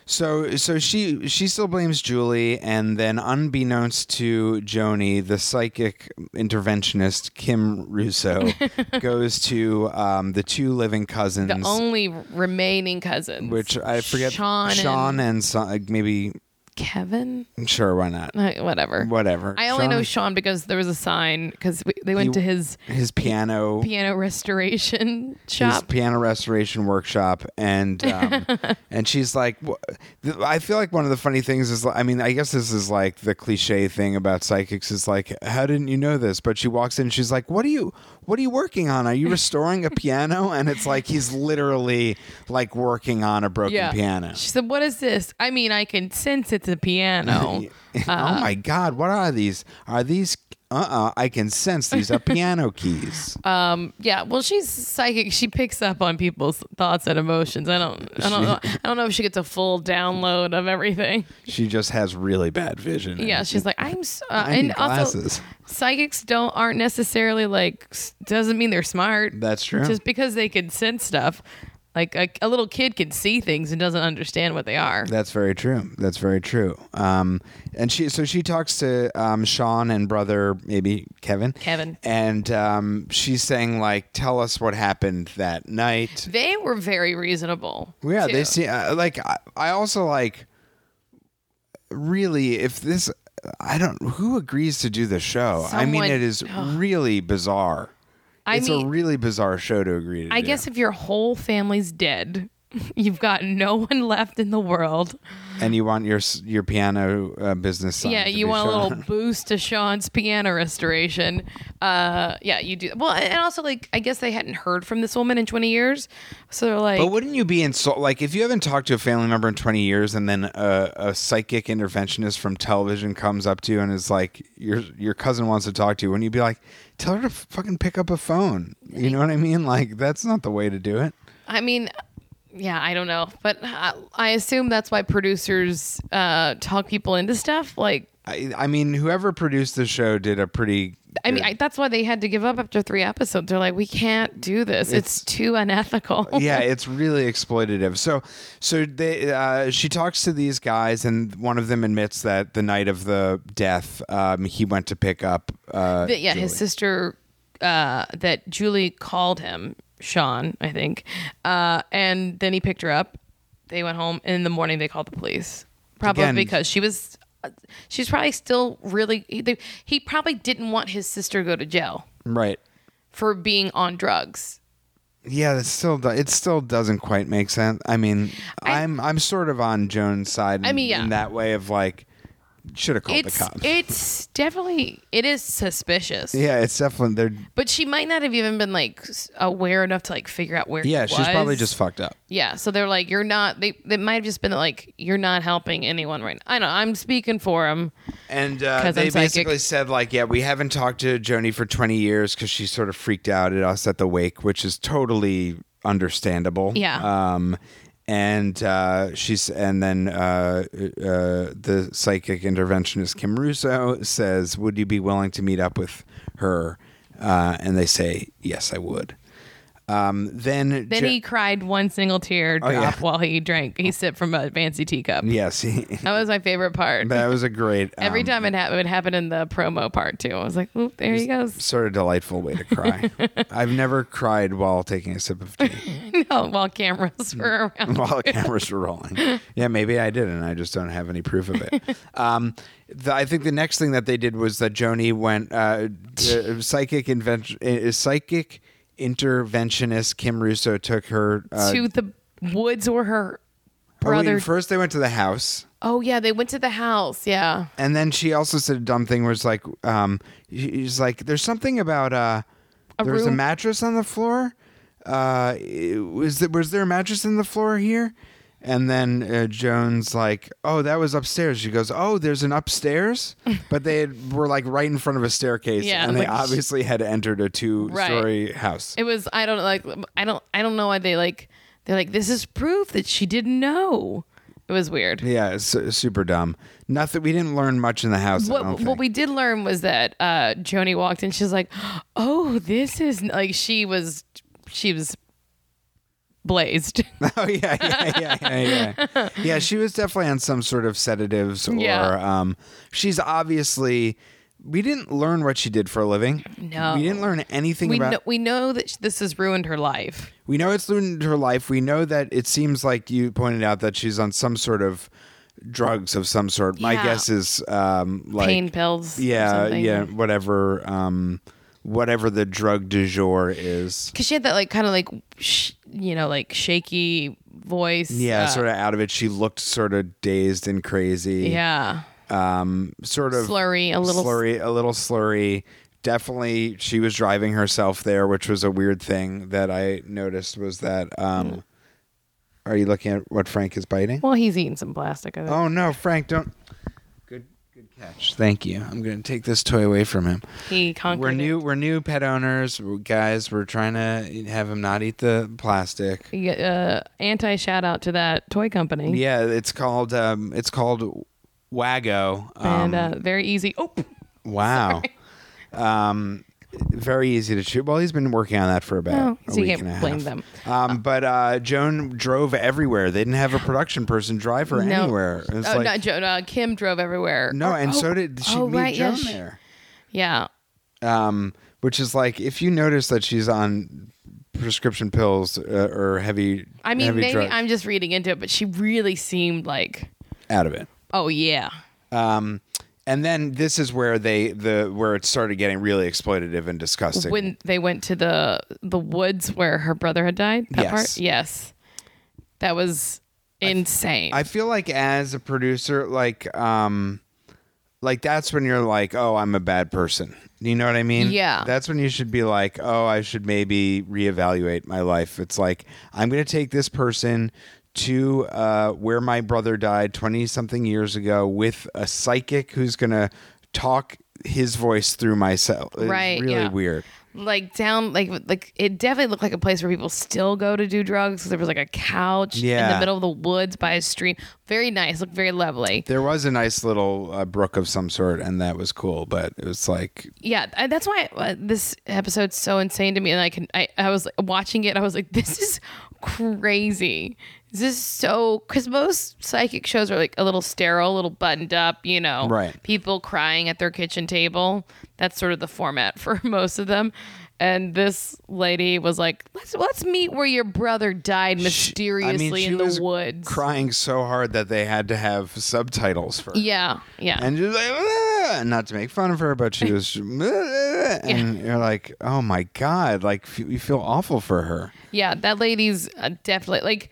Speaker 4: So so she she still blames Julie, and then unbeknownst to Joni, the psychic interventionist Kim Russo goes to um, the two living cousins,
Speaker 5: The only remaining cousins,
Speaker 4: which I forget
Speaker 5: Sean,
Speaker 4: Sean
Speaker 5: and,
Speaker 4: and Son- like, maybe
Speaker 5: Kevin.
Speaker 4: sure why not
Speaker 5: Uh, Whatever.
Speaker 4: whatever.
Speaker 5: I only
Speaker 4: Sean-
Speaker 5: know Sean because there was a sign because they went
Speaker 4: He-
Speaker 5: to his
Speaker 4: his piano
Speaker 5: piano restoration
Speaker 4: his
Speaker 5: shop.
Speaker 4: piano restoration workshop and um, and she's like wh- th- I feel like one of the funny things is I mean I guess this is like the cliche thing about psychics is like how didn't you know this but she walks in she's like what are you what are you working on are you restoring a piano and it's like he's literally like working on a broken piano
Speaker 5: She said, "What is this? I mean, I can sense it's a piano." uh,
Speaker 4: oh my god what are these are these uh-uh I can sense these are piano keys
Speaker 5: Uh, yeah. Well, she's psychic. She picks up on people's thoughts and emotions. I don't. I don't. know, I don't know if she gets a full download of everything.
Speaker 4: she just has really bad vision
Speaker 5: Yeah. She's like, I'm. s- Uh,
Speaker 4: I need
Speaker 5: and
Speaker 4: glasses.
Speaker 5: also, psychics don't aren't necessarily like s- doesn't mean they're smart.
Speaker 4: that's true
Speaker 5: Just because they can sense stuff, like a, a little kid can see things and doesn't understand what they are.
Speaker 4: That's very true. That's very true. Um, and she so she talks to um, Sean and brother maybe Kevin.
Speaker 5: Kevin.
Speaker 4: And um, she's saying like, tell us what happened that night.
Speaker 5: They were very reasonable.
Speaker 4: yeah,
Speaker 5: too.
Speaker 4: they see uh, like I, I also like really if this I don't who agrees to do the show. I mean,
Speaker 5: Someone-
Speaker 4: it is really bizarre.
Speaker 5: I
Speaker 4: it's
Speaker 5: mean-
Speaker 4: a really bizarre show to agree to.
Speaker 5: I
Speaker 4: do.
Speaker 5: guess if your whole family's dead, you've got no one left in the world.
Speaker 4: and you want your s- your piano uh, business. sign
Speaker 5: yeah,
Speaker 4: to
Speaker 5: you
Speaker 4: be
Speaker 5: want a
Speaker 4: shown.
Speaker 5: little boost to Sean's piano restoration. Uh, yeah, you do. Well, and also like I guess they hadn't heard from this woman in twenty years, so they're like,
Speaker 4: But wouldn't you be insulted? Like, if you haven't talked to a family member in 20 years and then a, a psychic interventionist from television comes up to you and is like, your your cousin wants to talk to you, wouldn't you be like, tell her to fucking pick up a phone? You know what I mean? Like, that's not the way to do it.
Speaker 5: I mean, yeah, I don't know, but I, I assume that's why producers uh, talk people into stuff. Like,
Speaker 4: I, I mean, whoever produced the show did a pretty.
Speaker 5: I mean, I, that's why they had to give up after three episodes. They're like, we can't do this. It's,
Speaker 4: It's-
Speaker 5: too unethical.
Speaker 4: yeah, it's really exploitative. So, so they, uh, she talks to these guys, and one of them admits that the night of the death, um, he went to pick up. Uh,
Speaker 5: that- yeah, his sister uh, that Julie called him Sean, I think, uh, and then he picked her up. They went home in the morning. They called the police, probably
Speaker 4: Again-
Speaker 5: because she was, uh, she's probably still really. He, they, he probably didn't want his sister to go to jail
Speaker 4: right.
Speaker 5: for being on drugs.
Speaker 4: Yeah, it still do- it still doesn't quite make sense. I mean, I, am I'm sort of on Joan's side. In,
Speaker 5: I mean, yeah.
Speaker 4: in that way of like, should have called
Speaker 5: It's
Speaker 4: the cops.
Speaker 5: it's definitely it is suspicious.
Speaker 4: yeah, it's definitely they're.
Speaker 5: But she might not have even been like s- aware enough to like figure out where. he
Speaker 4: Yeah, she's probably
Speaker 5: was.
Speaker 4: just fucked up.
Speaker 5: Yeah, so they're like, you're not. They they might have just been like, you're not helping anyone right now. I know. I'm speaking for him.
Speaker 4: And uh,
Speaker 5: 'Cause
Speaker 4: they
Speaker 5: I'm psychic.
Speaker 4: basically said like, yeah, we haven't talked to Joni for 20 years because she sort of freaked out at us at the wake, which is totally understandable.
Speaker 5: Yeah.
Speaker 4: Um, and uh, she's and then uh, uh, the psychic interventionist Kim Russo says, "Would you be willing to meet up with her?" Uh, and they say, "Yes, I would." Um, then
Speaker 5: Then
Speaker 4: Jo-
Speaker 5: he cried one single tear drop
Speaker 4: Oh, yeah.
Speaker 5: while he drank. He sipped from a fancy teacup.
Speaker 4: yes, he,
Speaker 5: That was my favorite part.
Speaker 4: that was a great um,
Speaker 5: Every time it happened, it happened in the promo part too. I was like, oop, there he goes.
Speaker 4: sort of delightful way to cry. I've never cried while taking a sip of tea.
Speaker 5: no, while cameras were around.
Speaker 4: while the cameras were rolling. Yeah, maybe I did, and I just don't have any proof of it. Um, the, I think the next thing that they did was that Joni went uh, uh, psychic invention, uh, psychic interventionist Kim Russo took her uh,
Speaker 5: to the woods or her
Speaker 4: oh, wait,
Speaker 5: brother.
Speaker 4: first, they went to the house.
Speaker 5: oh yeah, they went to the house. Yeah.
Speaker 4: And then she also said a dumb thing where it's like, um, she's like, there's something about, uh, there was a
Speaker 5: room-
Speaker 4: mattress on the floor. Uh, it- was there, was there a mattress in the floor here? And then uh, Joan's like, oh, that was upstairs. She goes, oh, there's an upstairs, but they had, were like right in front of a staircase,
Speaker 5: Yeah,
Speaker 4: and they
Speaker 5: like-
Speaker 4: obviously had entered a two-story house.
Speaker 5: It was I don't like I don't I don't know why they like they're like this is proof that she didn't know. It was weird.
Speaker 4: Yeah, it's uh, super dumb. Nothing. We didn't learn much in the house. I don't
Speaker 5: What, what
Speaker 4: think.
Speaker 5: we did learn was that uh, Joni walked in. She's like, "Oh, this is like she was, she was blazed."
Speaker 4: Oh yeah, yeah, yeah, yeah, yeah. yeah, she was definitely on some sort of sedatives, or
Speaker 5: Yeah.
Speaker 4: um, she's obviously. We didn't learn what she did for a living.
Speaker 5: No.
Speaker 4: we didn't learn anything
Speaker 5: we
Speaker 4: about.
Speaker 5: know, we know that sh- this has ruined her life.
Speaker 4: we know it's ruined her life. We know that it seems like you pointed out that she's on some sort of drugs of some sort. My
Speaker 5: Yeah.
Speaker 4: guess is um, like
Speaker 5: Pain pills. or
Speaker 4: Yeah,
Speaker 5: something.
Speaker 4: yeah, whatever. Um, whatever the drug du jour is.
Speaker 5: Cause she had that like kind of like sh- you know like shaky voice.
Speaker 4: Yeah,
Speaker 5: uh,
Speaker 4: sort of out of it. She looked sort of dazed and crazy.
Speaker 5: Yeah.
Speaker 4: sort of
Speaker 5: Slurry, a little-
Speaker 4: slurry, a little slurry. Definitely, she was driving herself there, which was a weird thing that I noticed. Was that? Um, Are you looking at what Frank is biting?
Speaker 5: Well, he's eating some plastic. I think.
Speaker 4: Oh no, Frank! Don't. Good, good catch. Thank you. I'm going to take this toy away from him.
Speaker 5: he conquered.
Speaker 4: Oh, We're
Speaker 5: it.
Speaker 4: new. We're new pet owners, We're- guys. We're trying to have him not eat the plastic.
Speaker 5: uh, anti shout out to that toy company.
Speaker 4: Yeah, it's called. Um, it's called Wago. Um,
Speaker 5: And uh, very easy. Oh,
Speaker 4: wow. Um, very easy to chew. Well, he's been working on that for about
Speaker 5: Oh,
Speaker 4: a
Speaker 5: so you
Speaker 4: week
Speaker 5: can't
Speaker 4: and a
Speaker 5: blame
Speaker 4: half.
Speaker 5: them.
Speaker 4: Um, but uh, Joan drove everywhere. They didn't have a production person drive her
Speaker 5: no.
Speaker 4: anywhere. It was
Speaker 5: Oh,
Speaker 4: like,
Speaker 5: not Joan. Uh, Kim drove everywhere.
Speaker 4: no,
Speaker 5: Or-
Speaker 4: and
Speaker 5: oh,
Speaker 4: so did she
Speaker 5: oh,
Speaker 4: leave
Speaker 5: right, yeah,
Speaker 4: Joan
Speaker 5: she-
Speaker 4: there.
Speaker 5: Yeah.
Speaker 4: um, which is like if you notice that she's on prescription pills uh, or heavy.
Speaker 5: I mean,
Speaker 4: heavy
Speaker 5: maybe
Speaker 4: drugs,
Speaker 5: I'm just reading into it, but she really seemed like,
Speaker 4: out of it.
Speaker 5: oh, yeah.
Speaker 4: Um, and then this is where they the where it started getting really exploitative and disgusting.
Speaker 5: When they went to the the woods where her brother had died, that
Speaker 4: Yes.
Speaker 5: part? Yes. That was insane.
Speaker 4: I feel like as a producer, like um, like that's when you're like, oh, I'm a bad person. You know what I mean?
Speaker 5: Yeah.
Speaker 4: That's when you should be like, oh, I should maybe reevaluate my life. It's like I'm gonna take this person to uh, where my brother died 20 something years ago with a psychic who's gonna talk his voice through myself. It's
Speaker 5: Right,
Speaker 4: Really
Speaker 5: yeah.
Speaker 4: weird.
Speaker 5: like down like like it definitely looked like a place where people still go to do drugs 'cause there was like a couch in
Speaker 4: Yeah.
Speaker 5: the middle of the woods by a stream very nice looked very lovely
Speaker 4: There was a nice little uh, brook of some sort, and that was cool, but it was like
Speaker 5: yeah I, that's why uh, this episode's so insane to me and i can i, I was like, watching it i was like this is crazy this is so because most psychic shows are like a little sterile a little buttoned up you know
Speaker 4: Right.
Speaker 5: people crying at their kitchen table that's sort of the format for most of them and this lady was like let's let's meet where your brother died mysteriously in the woods
Speaker 4: crying so hard that they had to have subtitles for her.
Speaker 5: yeah yeah
Speaker 4: And she was like, "Ah," not to make fun of her, but she was, "Ah," and you're like, oh my god, like f- you feel awful for her.
Speaker 5: Yeah, that lady's uh, definitely like,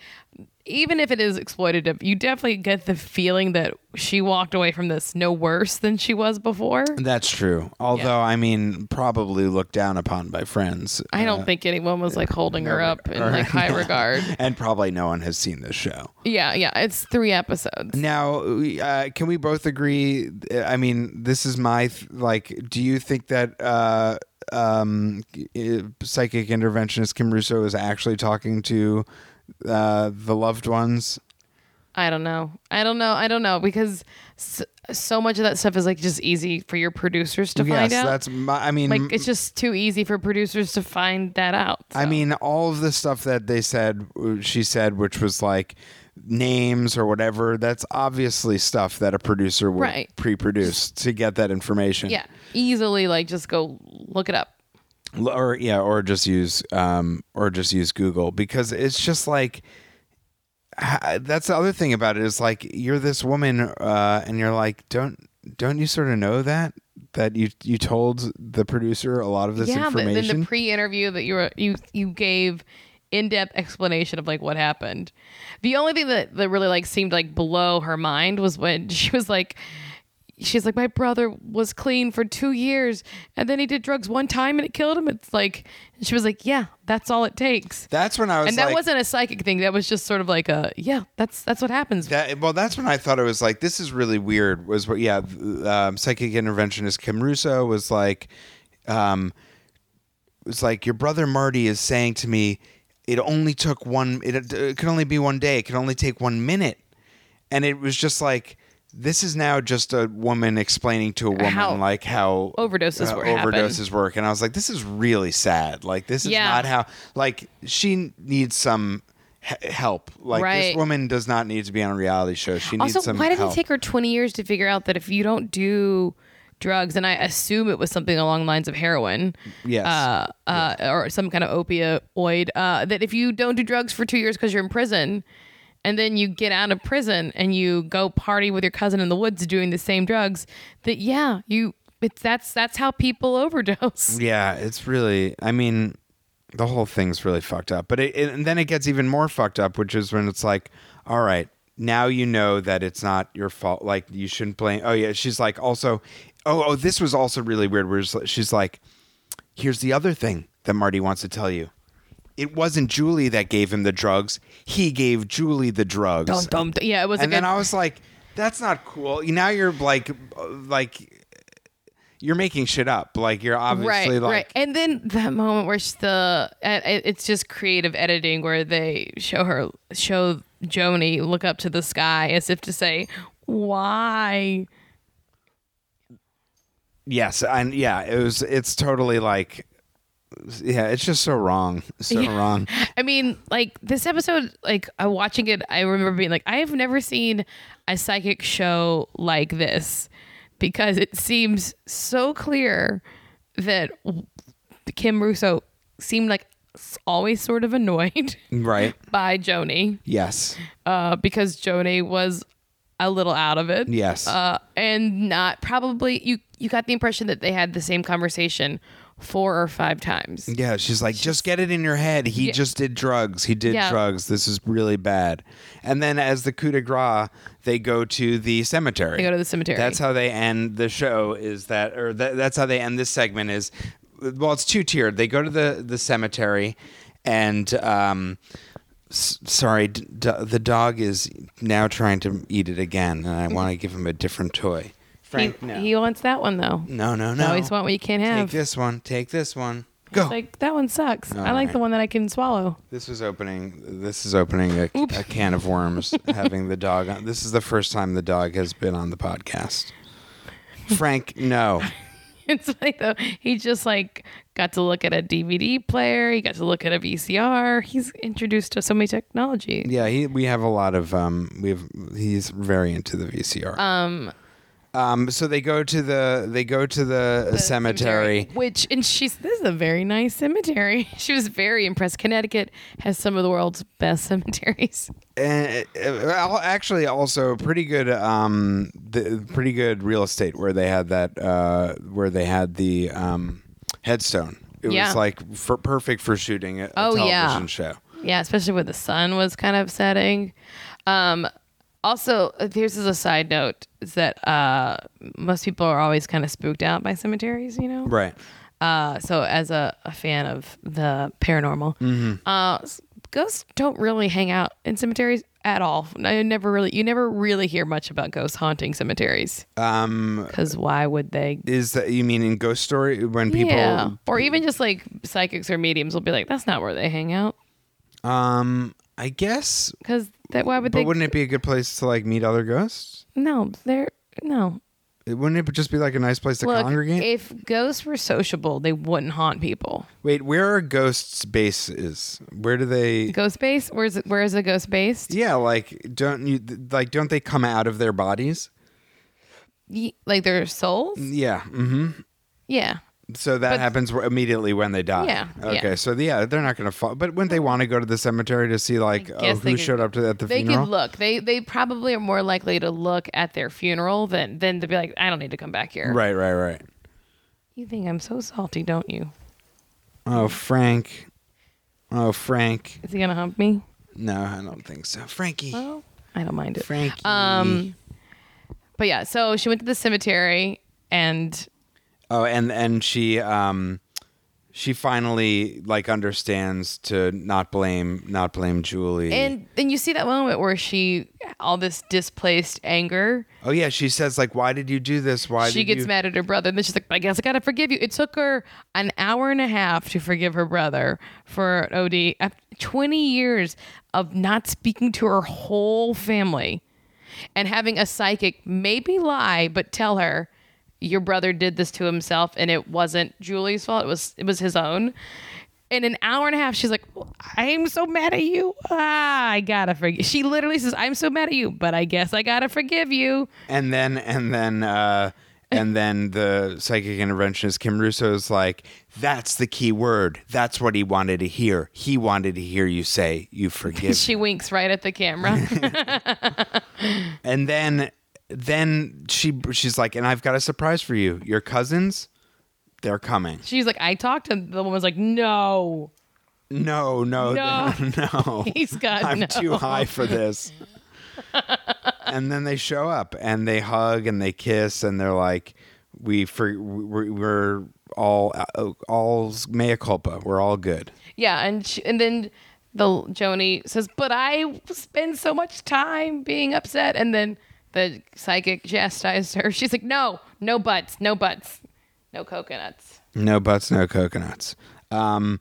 Speaker 5: even if it is exploitative, you definitely get the feeling that she walked away from this no worse than she was before.
Speaker 4: That's true. Although I mean, probably looked down upon by friends,
Speaker 5: I don't think anyone was like holding her up in like high regard.
Speaker 4: and probably no one has seen this show.
Speaker 5: Yeah, yeah, it's three episodes.
Speaker 4: Now, we- uh, can we both agree? I mean, this is my th- like. Do you think that uh, um, uh, psychic interventionist Kim Russo is actually talking to uh, the loved ones?
Speaker 5: I don't know. I don't know. I don't know because so, so much of that stuff is like just easy for your producers to find
Speaker 4: yes,
Speaker 5: out.
Speaker 4: that's my. I mean,
Speaker 5: like it's just too easy for producers to find that out.
Speaker 4: I
Speaker 5: so.
Speaker 4: mean, all of the stuff that they said, she said, which was like names or whatever. That's obviously stuff that a producer would
Speaker 5: Right.
Speaker 4: pre-produce to get that information.
Speaker 5: yeah, easily like just go look it up.
Speaker 4: L- or yeah or just use um or just use google because it's just like ha- that's the other thing about it is like you're this woman uh and you're like don't don't you sort of know that that you you told the producer a lot of this
Speaker 5: but
Speaker 4: information
Speaker 5: in the pre-interview that you were you you gave in-depth explanation of like what happened. The only thing that that really like seemed like below her mind was when she was like. She's like, my brother was clean for two years, and then he did drugs one time and it killed him. It's like, and she was like, yeah, that's all it takes.
Speaker 4: that's when i was
Speaker 5: and that
Speaker 4: like,
Speaker 5: wasn't a psychic thing. That was just sort of like a, yeah, that's that's what happens.
Speaker 4: That, well, that's when I thought it was like this is really weird. Was what? Yeah, th- um, psychic interventionist Kim Russo was like, um, was like your brother Marty is saying to me, it only took one. It, it could only be one day. It could only take one minute. and it was just like this is now just a woman explaining to a woman
Speaker 5: How
Speaker 4: like how
Speaker 5: overdoses
Speaker 4: how
Speaker 5: were- happen.
Speaker 4: overdoses work, and I was like, this is really sad. Like this is
Speaker 5: Yeah.
Speaker 4: not how. Like she needs some he- help. Like this
Speaker 5: Right.
Speaker 4: woman does not need to be on a reality show. She needs
Speaker 5: Also,
Speaker 4: some
Speaker 5: why did
Speaker 4: help.
Speaker 5: it take her 20 years to figure out that if you don't do drugs, and I assume it was something along the lines of heroin,
Speaker 4: Yes.
Speaker 5: uh, uh, or some kind of opioid, uh, that if you don't do drugs for two years because you're in prison, and then you get out of prison and you go party with your cousin in the woods doing the same drugs, that yeah, you it's that's that's how people overdose.
Speaker 4: Yeah, it's really. I mean, the whole thing's really fucked up. But it, it- and then it gets even more fucked up, which is when it's like, all right, now you know that it's not your fault. Like you shouldn't blame. Oh yeah, she's like also. Oh oh, this was also really weird. Where it's like- she's like, here's the other thing that Marty wants to tell you. It wasn't Julie that gave him the drugs. He gave Julie the drugs
Speaker 5: Dum, dum, dum. Yeah, it was.
Speaker 4: and
Speaker 5: like a-
Speaker 4: then I was like, "That's not cool." Now you're like, uh, like, you're making shit up. Like you're obviously
Speaker 5: right,
Speaker 4: like,
Speaker 5: right. And then that moment where she- the uh, it- it's just creative editing where they show her show Joni look up to the sky as if to say why.
Speaker 4: yes, and yeah, it was. It's totally like, yeah, it's just so wrong, so wrong.
Speaker 5: I mean, like this episode, like I watching it, I remember being like, I have never seen a psychic show like this because it seems so clear that Kim Russo seemed like s- always sort of annoyed
Speaker 4: Right?
Speaker 5: by Joni.
Speaker 4: Yes.
Speaker 5: uh, because Joni was a little out of it.
Speaker 4: Yes.
Speaker 5: Uh, and not probably you. You got the impression that they had the same conversation four or five times.
Speaker 4: Yeah, she's like, just get it in your head. He just did drugs. He did
Speaker 5: Yeah.
Speaker 4: drugs. This is really bad. And then, as the coup de grace, they go to the cemetery.
Speaker 5: They go to the cemetery.
Speaker 4: That's how they end the show. Is that or tha- that's how they end this segment? Is well, it's two tiered. They go to the the cemetery, and um, s- sorry, d- d- the dog is now trying to eat it again, and I want to give him a different toy.
Speaker 5: He,
Speaker 4: Frank, no.
Speaker 5: he wants that one though.
Speaker 4: no, no,
Speaker 5: You
Speaker 4: no.
Speaker 5: always want what you can't
Speaker 4: Take
Speaker 5: have.
Speaker 4: this one. Take this one. Go.
Speaker 5: Like that one sucks. I like
Speaker 4: right.
Speaker 5: the one that I can swallow.
Speaker 4: This is opening. This is opening a, a can of worms. having the dog. On, this is the first time the dog has been on the podcast. Frank, no.
Speaker 5: It's like though he just like got to look at a DVD player. He got to look at a VCR. He's introduced to so many technology.
Speaker 4: Yeah, he, we have a lot of. Um, we have. He's very into the VCR. Um. Um. So they go to the. They go to the, cemetery.
Speaker 5: Which, and she's, this is a very nice cemetery. She was very impressed. Connecticut has some of the world's best cemeteries.
Speaker 4: and uh, al- actually also pretty good um the, pretty good real estate where they had that uh where they had the um headstone it
Speaker 5: Yeah.
Speaker 4: was like for, perfect for shooting a, a
Speaker 5: Oh,
Speaker 4: television
Speaker 5: yeah.
Speaker 4: show
Speaker 5: Yeah, especially when the sun was kind of setting. Um, also, uh, here's as a side note is that uh, most people are always kind of spooked out by cemeteries, you know?
Speaker 4: right
Speaker 5: Uh, so, as a, a fan of the paranormal,
Speaker 4: Mm-hmm.
Speaker 5: uh, s- ghosts don't really hang out in cemeteries at all. I never really, you never really hear much about ghosts haunting cemeteries. Um, because why would they?
Speaker 4: is that you mean in ghost story when people
Speaker 5: yeah, or even just like psychics or mediums will be like, that's not where they hang out.
Speaker 4: um i guess
Speaker 5: Because that why would
Speaker 4: but
Speaker 5: they?
Speaker 4: wouldn't it be a good place to like meet other ghosts
Speaker 5: no, they're no.
Speaker 4: it, wouldn't it just be like a nice place to
Speaker 5: Look,
Speaker 4: congregate
Speaker 5: if ghosts were sociable, they wouldn't haunt people.
Speaker 4: wait where are ghosts bases where do they
Speaker 5: Ghost base? Where's where is the ghost based?
Speaker 4: yeah like don't you like don't they come out of their bodies
Speaker 5: Ye- Like their souls?
Speaker 4: yeah hmm
Speaker 5: Yeah.
Speaker 4: So that happens wh- immediately when they die.
Speaker 5: Yeah,
Speaker 4: Okay.
Speaker 5: yeah.
Speaker 4: So yeah, they're not going to fall. But wouldn't they want to go to the cemetery to see like oh
Speaker 5: guess
Speaker 4: who
Speaker 5: they could-
Speaker 4: showed up to at the
Speaker 5: They
Speaker 4: funeral?
Speaker 5: could look. They they probably are more likely to look at their funeral than than to be like, I don't need to come back here.
Speaker 4: Right. Right. Right.
Speaker 5: You think I'm so salty, don't you?
Speaker 4: Oh
Speaker 5: Mm.
Speaker 4: Frank. Oh Frank.
Speaker 5: Is he gonna hump me?
Speaker 4: No, I don't think so. Frankie.
Speaker 5: Oh, I don't mind it.
Speaker 4: Frankie.
Speaker 5: Um, but yeah, so she went to the cemetery and
Speaker 4: oh, and and she um, she finally like understands to not blame not blame Julie.
Speaker 5: and and you see that moment where she all this displaced anger.
Speaker 4: oh yeah, she says like, why did you do this? Why
Speaker 5: she
Speaker 4: did
Speaker 5: gets
Speaker 4: you-"
Speaker 5: mad at her brother, and then she's like, "I guess I gotta forgive you." It took her an hour and a half to forgive her brother for uh, OD. After Twenty years of not speaking to her whole family, and having a psychic maybe lie but tell her your brother did this to himself and it wasn't Julie's fault. It was it was his own. In an hour and a half, she's like, "I'm so mad at you. Ah, I gotta forgive." She literally says, "I'm so mad at you, but I guess I gotta forgive you."
Speaker 4: And then and then uh and then the psychic interventionist Kim Russo is like, "That's the key word. That's what he wanted to hear. He wanted to hear you say you forgive."
Speaker 5: She winks right at the camera.
Speaker 4: and then then she she's like, "And I've got a surprise for you. Your cousins, they're coming."
Speaker 5: she's like, "I talked," and the woman's like, "No,
Speaker 4: No, no,
Speaker 5: No.
Speaker 4: no.
Speaker 5: he's got
Speaker 4: I'm
Speaker 5: no."
Speaker 4: too high for this. and then they show up and they hug and they kiss and they're like, we for we're, we're all uh, all's mea culpa. We're all good.
Speaker 5: Yeah, and she, and then the Joni says, "But I spend so much time being upset." And then the psychic chastised her. She's like, "No, no butts, no butts, no coconuts."
Speaker 4: No butts, no coconuts. Um,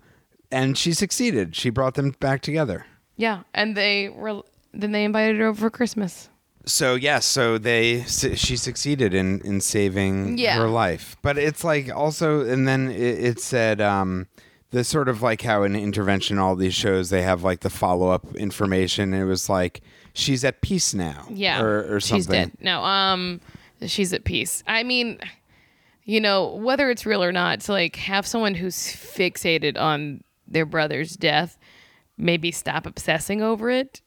Speaker 4: and she succeeded. She brought them back together.
Speaker 5: Yeah, and they were then they invited her over for Christmas.
Speaker 4: So yes, so they su- she succeeded in in saving
Speaker 5: Yeah.
Speaker 4: her life. But it's like also, and then it, it said um, the sort of like how in intervention, all these shows they have like the follow up information. It was like she's at peace now.
Speaker 5: Yeah,
Speaker 4: or, or something.
Speaker 5: she's dead. No, um, she's at peace. I mean, you know, whether it's real or not, to like have someone who's fixated on their brother's death, maybe stop obsessing over it,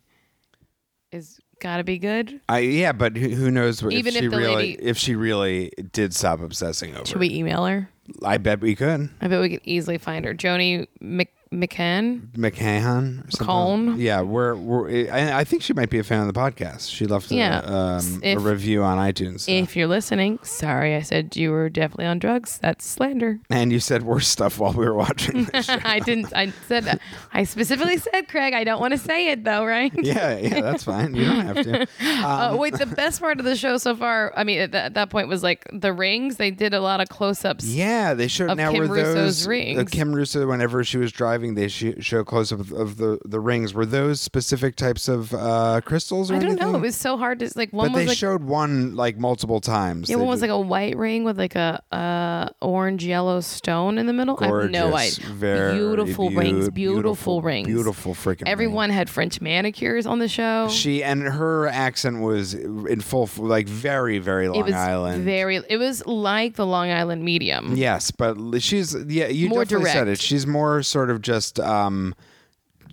Speaker 5: is gotta be good.
Speaker 4: I, yeah, but who, who knows what,
Speaker 5: Even
Speaker 4: if
Speaker 5: if
Speaker 4: she
Speaker 5: the
Speaker 4: really
Speaker 5: lady-
Speaker 4: if she really did stop obsessing over.
Speaker 5: Should we email her?
Speaker 4: it. I bet we could
Speaker 5: I bet we could easily find her. Joni Mc- McCann.
Speaker 4: McCahan. Or something.
Speaker 5: Cone?
Speaker 4: Yeah, we're, we're I, I think she might be a fan of the podcast. She left a,
Speaker 5: Yeah.
Speaker 4: um, a
Speaker 5: If-
Speaker 4: review on iTunes. so-
Speaker 5: If you're listening, sorry, I said you were definitely on drugs. That's slander.
Speaker 4: And you said worse stuff while we were watching this show.
Speaker 5: I didn't. I said. I specifically said, Craig. I don't want to say it though, right?
Speaker 4: yeah, yeah, that's fine. You don't have to. Um,
Speaker 5: Uh, wait, the best part of the show so far, I mean, at that, that point was like the rings. They did a lot of close ups.
Speaker 4: Yeah, they showed
Speaker 5: Of
Speaker 4: now
Speaker 5: Kim
Speaker 4: were
Speaker 5: Russo's
Speaker 4: those Uh,
Speaker 5: rings.
Speaker 4: Kim Russo. Whenever she was driving, they sh- show close up of the the rings. Were those specific types of uh, crystals? Or
Speaker 5: I don't know.
Speaker 4: anything?
Speaker 5: It was so hard to, like, one
Speaker 4: But
Speaker 5: was
Speaker 4: they
Speaker 5: like,
Speaker 4: showed one like multiple times.
Speaker 5: yeah,
Speaker 4: They
Speaker 5: one was
Speaker 4: did-
Speaker 5: like a white ring with like a uh, orange yellow stone in the middle. I have no
Speaker 4: Gorgeous.
Speaker 5: idea.
Speaker 4: Very
Speaker 5: beautiful rings,
Speaker 4: beau-
Speaker 5: beautiful, rings,
Speaker 4: beautiful freaking ring.
Speaker 5: Everyone had French manicures on the show.
Speaker 4: She and her accent was in full, like very, very Long
Speaker 5: it was
Speaker 4: Island.
Speaker 5: very. It was like the Long Island medium.
Speaker 4: Yes, but l- she's yeah. You
Speaker 5: More
Speaker 4: definitely said it.
Speaker 5: direct.
Speaker 4: She's more sort of just um,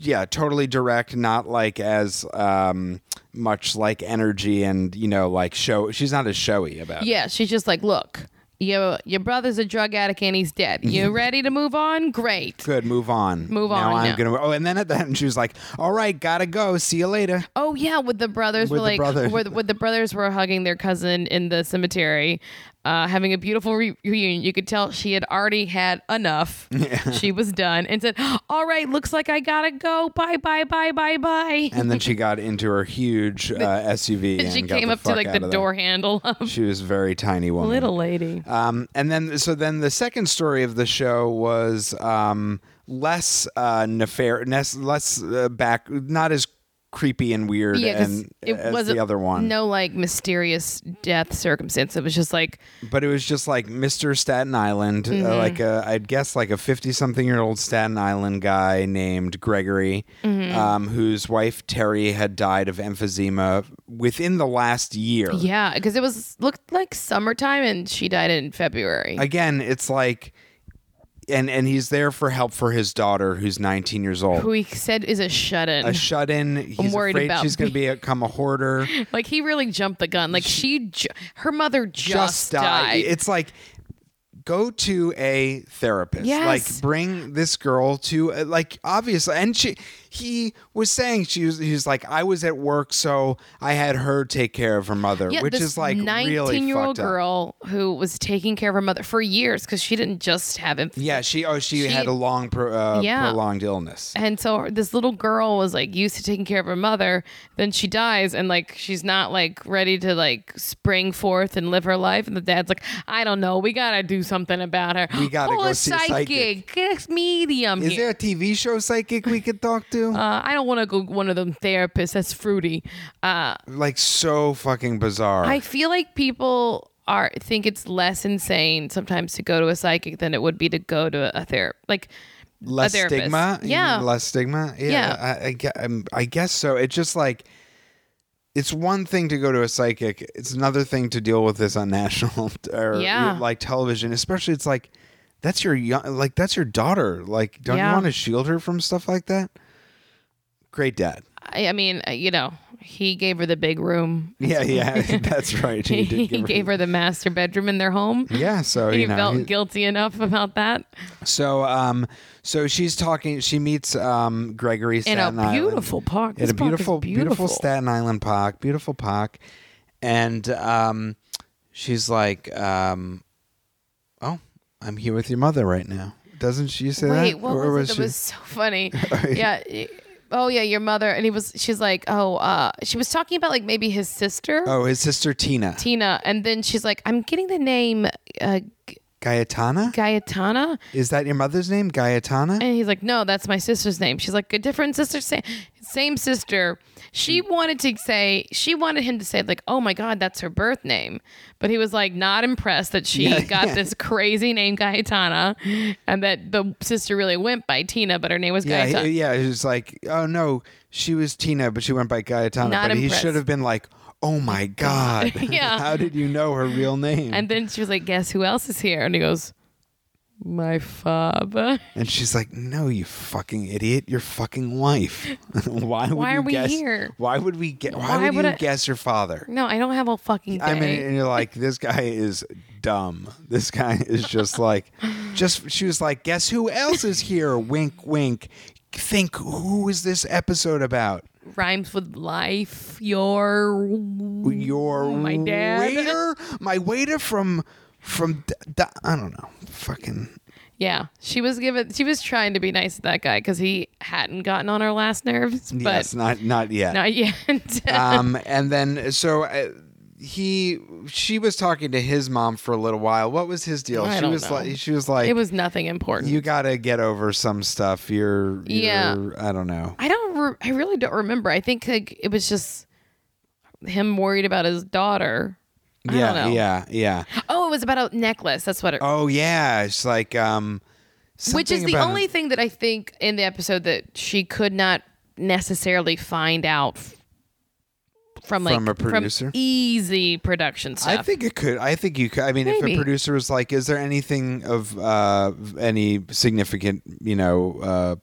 Speaker 4: yeah, totally direct. Not like as um much like energy and you know like show. She's not as showy about. it.
Speaker 5: Yeah, she's just like, look, your your brother's a drug addict and he's dead. You ready to move on? Great.
Speaker 4: Good. Move on.
Speaker 5: Move
Speaker 4: Now
Speaker 5: on
Speaker 4: I'm
Speaker 5: now.
Speaker 4: gonna. Oh, and then at the end she was like, "All right, gotta go. See you later."
Speaker 5: Oh yeah, with the brothers
Speaker 4: With
Speaker 5: were
Speaker 4: the
Speaker 5: like,
Speaker 4: brothers.
Speaker 5: With, with the brothers were hugging their cousin in the cemetery, uh, having a beautiful re- reunion. You could tell she had already had enough. She was done and said, "All right, looks like I gotta go. Bye, bye, bye, bye, bye."
Speaker 4: And then she got into her huge uh, SUV.
Speaker 5: she
Speaker 4: and got
Speaker 5: came
Speaker 4: the
Speaker 5: up to
Speaker 4: fuck
Speaker 5: like
Speaker 4: out
Speaker 5: the
Speaker 4: of there.
Speaker 5: door handle of
Speaker 4: She was a very tiny woman.
Speaker 5: little lady.
Speaker 4: Um, and then, so then the second story of the show was um, less uh, nefar- less, less uh, back, not as creepy and weird
Speaker 5: Yeah, 'cause
Speaker 4: and as the other one.
Speaker 5: No, like mysterious death circumstance. It was just like
Speaker 4: But it was just like Mr. Staten Island,
Speaker 5: Mm-hmm.
Speaker 4: uh, like a, I'd guess like a 50 something year old Staten Island guy named Gregory,
Speaker 5: Mm-hmm.
Speaker 4: um, whose wife Terry had died of emphysema within the last year.
Speaker 5: Yeah, because it was looked like summertime, and she died in February.
Speaker 4: Again, it's like, and, and he's there for help for his daughter who's 19 years old.
Speaker 5: who he said is a shut-in.
Speaker 4: a shut in. He's
Speaker 5: worried
Speaker 4: afraid
Speaker 5: about
Speaker 4: she's going to become a hoarder.
Speaker 5: like he really jumped the gun. Like she, ju- her mother just,
Speaker 4: Just die.
Speaker 5: died.
Speaker 4: It's like go to a therapist.
Speaker 5: Yes.
Speaker 4: Like bring this girl to uh, like obviously. And she, he was saying she was. He's like, I was at work, so I had her take care of her mother,
Speaker 5: Yeah,
Speaker 4: which
Speaker 5: this
Speaker 4: is like really
Speaker 5: nineteen-year-old
Speaker 4: fucked up.
Speaker 5: girl who was taking care of her mother for years because she didn't just have him.
Speaker 4: Yeah, she. Oh, she,
Speaker 5: She-
Speaker 4: had a long, pro, uh,
Speaker 5: Yeah.
Speaker 4: prolonged illness.
Speaker 5: And so this little girl was like used to taking care of her mother. Then she dies, and like she's not like ready to like spring forth and live her life. And the dad's like, I don't know. We gotta do something about her.
Speaker 4: We gotta
Speaker 5: Pull
Speaker 4: go
Speaker 5: a
Speaker 4: see a psychic."
Speaker 5: psychic. Get a medium.
Speaker 4: Is
Speaker 5: here.
Speaker 4: there a TV show psychic we could talk to? to?
Speaker 5: Uh, I don't want to go one of them therapists. That's fruity. Uh,
Speaker 4: like so fucking bizarre.
Speaker 5: I feel like people are think it's less insane sometimes to go to a psychic than it would be to go to a therapist. Like
Speaker 4: less
Speaker 5: a therapist.
Speaker 4: stigma. You
Speaker 5: Yeah.
Speaker 4: mean less stigma. Yeah,
Speaker 5: Yeah.
Speaker 4: I, I, gue- I'm- I guess so. It's just like it's one thing to go to a psychic. It's another thing to deal with this on national t- or
Speaker 5: Yeah.
Speaker 4: like television. Especially, it's like that's your young, like that's your daughter. Like, don't
Speaker 5: Yeah.
Speaker 4: you want to shield her from stuff like that? Great dad.
Speaker 5: I, I mean, uh, you know, he gave her the big room.
Speaker 4: Yeah, yeah, that's right.
Speaker 5: He,
Speaker 4: did give
Speaker 5: gave her the master bedroom in their home.
Speaker 4: Yeah, so
Speaker 5: And
Speaker 4: you
Speaker 5: he
Speaker 4: know,
Speaker 5: felt
Speaker 4: he-
Speaker 5: guilty enough about that
Speaker 4: So, um, so she's talking. She meets um Gregory
Speaker 5: in
Speaker 4: Staten
Speaker 5: a
Speaker 4: Island.
Speaker 5: beautiful park.
Speaker 4: in
Speaker 5: This
Speaker 4: a
Speaker 5: park is
Speaker 4: beautiful, beautiful,
Speaker 5: beautiful.
Speaker 4: Staten Island park, beautiful park, and um, she's like, um, "Oh, I'm here with your mother right now." Doesn't she say
Speaker 5: Wait,
Speaker 4: that?
Speaker 5: what
Speaker 4: Or
Speaker 5: was, it? That was so funny. yeah. y- Oh yeah, your mother. And he was. She's like, oh, uh, she was talking about like maybe his sister.
Speaker 4: Oh, his sister Tina
Speaker 5: Tina, and then she's like, "I'm getting the name uh, G-
Speaker 4: Gaetana.
Speaker 5: Gaetana,"
Speaker 4: Is that your mother's name, Gaetana?
Speaker 5: and he's like, "No, that's my sister's name." She's like, "A different sister, same, same sister." She wanted to say, she wanted him to say, like, "Oh my God, that's her birth name," but he was like, not impressed that she
Speaker 4: Yeah,
Speaker 5: got
Speaker 4: yeah.
Speaker 5: this crazy name Gaetana, and that the sister really went by Tina, but her name was
Speaker 4: yeah,
Speaker 5: Gaetana.
Speaker 4: he, yeah. It's like, oh no, she was Tina, but she went by Gaetana.
Speaker 5: Not
Speaker 4: but he
Speaker 5: impressed.
Speaker 4: should have been like, oh my god,
Speaker 5: Yeah.
Speaker 4: how did you know her real name?
Speaker 5: And then she was like, "Guess who else is here?" And he goes, "My father."
Speaker 4: And she's like, "No, you fucking idiot! Your fucking wife. why would
Speaker 5: Why are
Speaker 4: you
Speaker 5: we
Speaker 4: guess,
Speaker 5: here?
Speaker 4: Why would we get? Why,
Speaker 5: Why
Speaker 4: would,
Speaker 5: would
Speaker 4: you
Speaker 5: I-
Speaker 4: guess your father?
Speaker 5: No, I don't have a fucking. Day.
Speaker 4: I mean, and you're like, this guy is dumb. This guy is just like, just she was like, guess who else is here? wink, wink. Think who is this episode about?
Speaker 5: rhymes with life. Your
Speaker 4: Your
Speaker 5: my dad.
Speaker 4: waiter, my waiter from from D- D- I don't know, fucking
Speaker 5: yeah. She was given. She was trying to be nice to that guy because he hadn't gotten on her last nerves, but
Speaker 4: yes, not not yet.
Speaker 5: not yet.
Speaker 4: um, and then so uh, he she was talking to his mom for a little while. What was his deal?
Speaker 5: I
Speaker 4: she
Speaker 5: don't
Speaker 4: was
Speaker 5: know.
Speaker 4: like she was like
Speaker 5: it was nothing important.
Speaker 4: you got to get over some stuff. You're, you're
Speaker 5: Yeah.
Speaker 4: I don't know.
Speaker 5: I don't. Re- I really don't remember. I think like it was just him worried about his daughter. I
Speaker 4: yeah,
Speaker 5: don't know.
Speaker 4: yeah, yeah.
Speaker 5: Oh, it was about a necklace. That's what it.
Speaker 4: Oh yeah, it's like um
Speaker 5: which is
Speaker 4: something
Speaker 5: the
Speaker 4: about-
Speaker 5: only thing that I think in the episode that she could not necessarily find out f- from like
Speaker 4: From a producer?
Speaker 5: easy production stuff.
Speaker 4: I think it could. I think you could. I mean, if a
Speaker 5: Maybe.
Speaker 4: producer was like, "Is there anything of uh, any significant, you know, uh,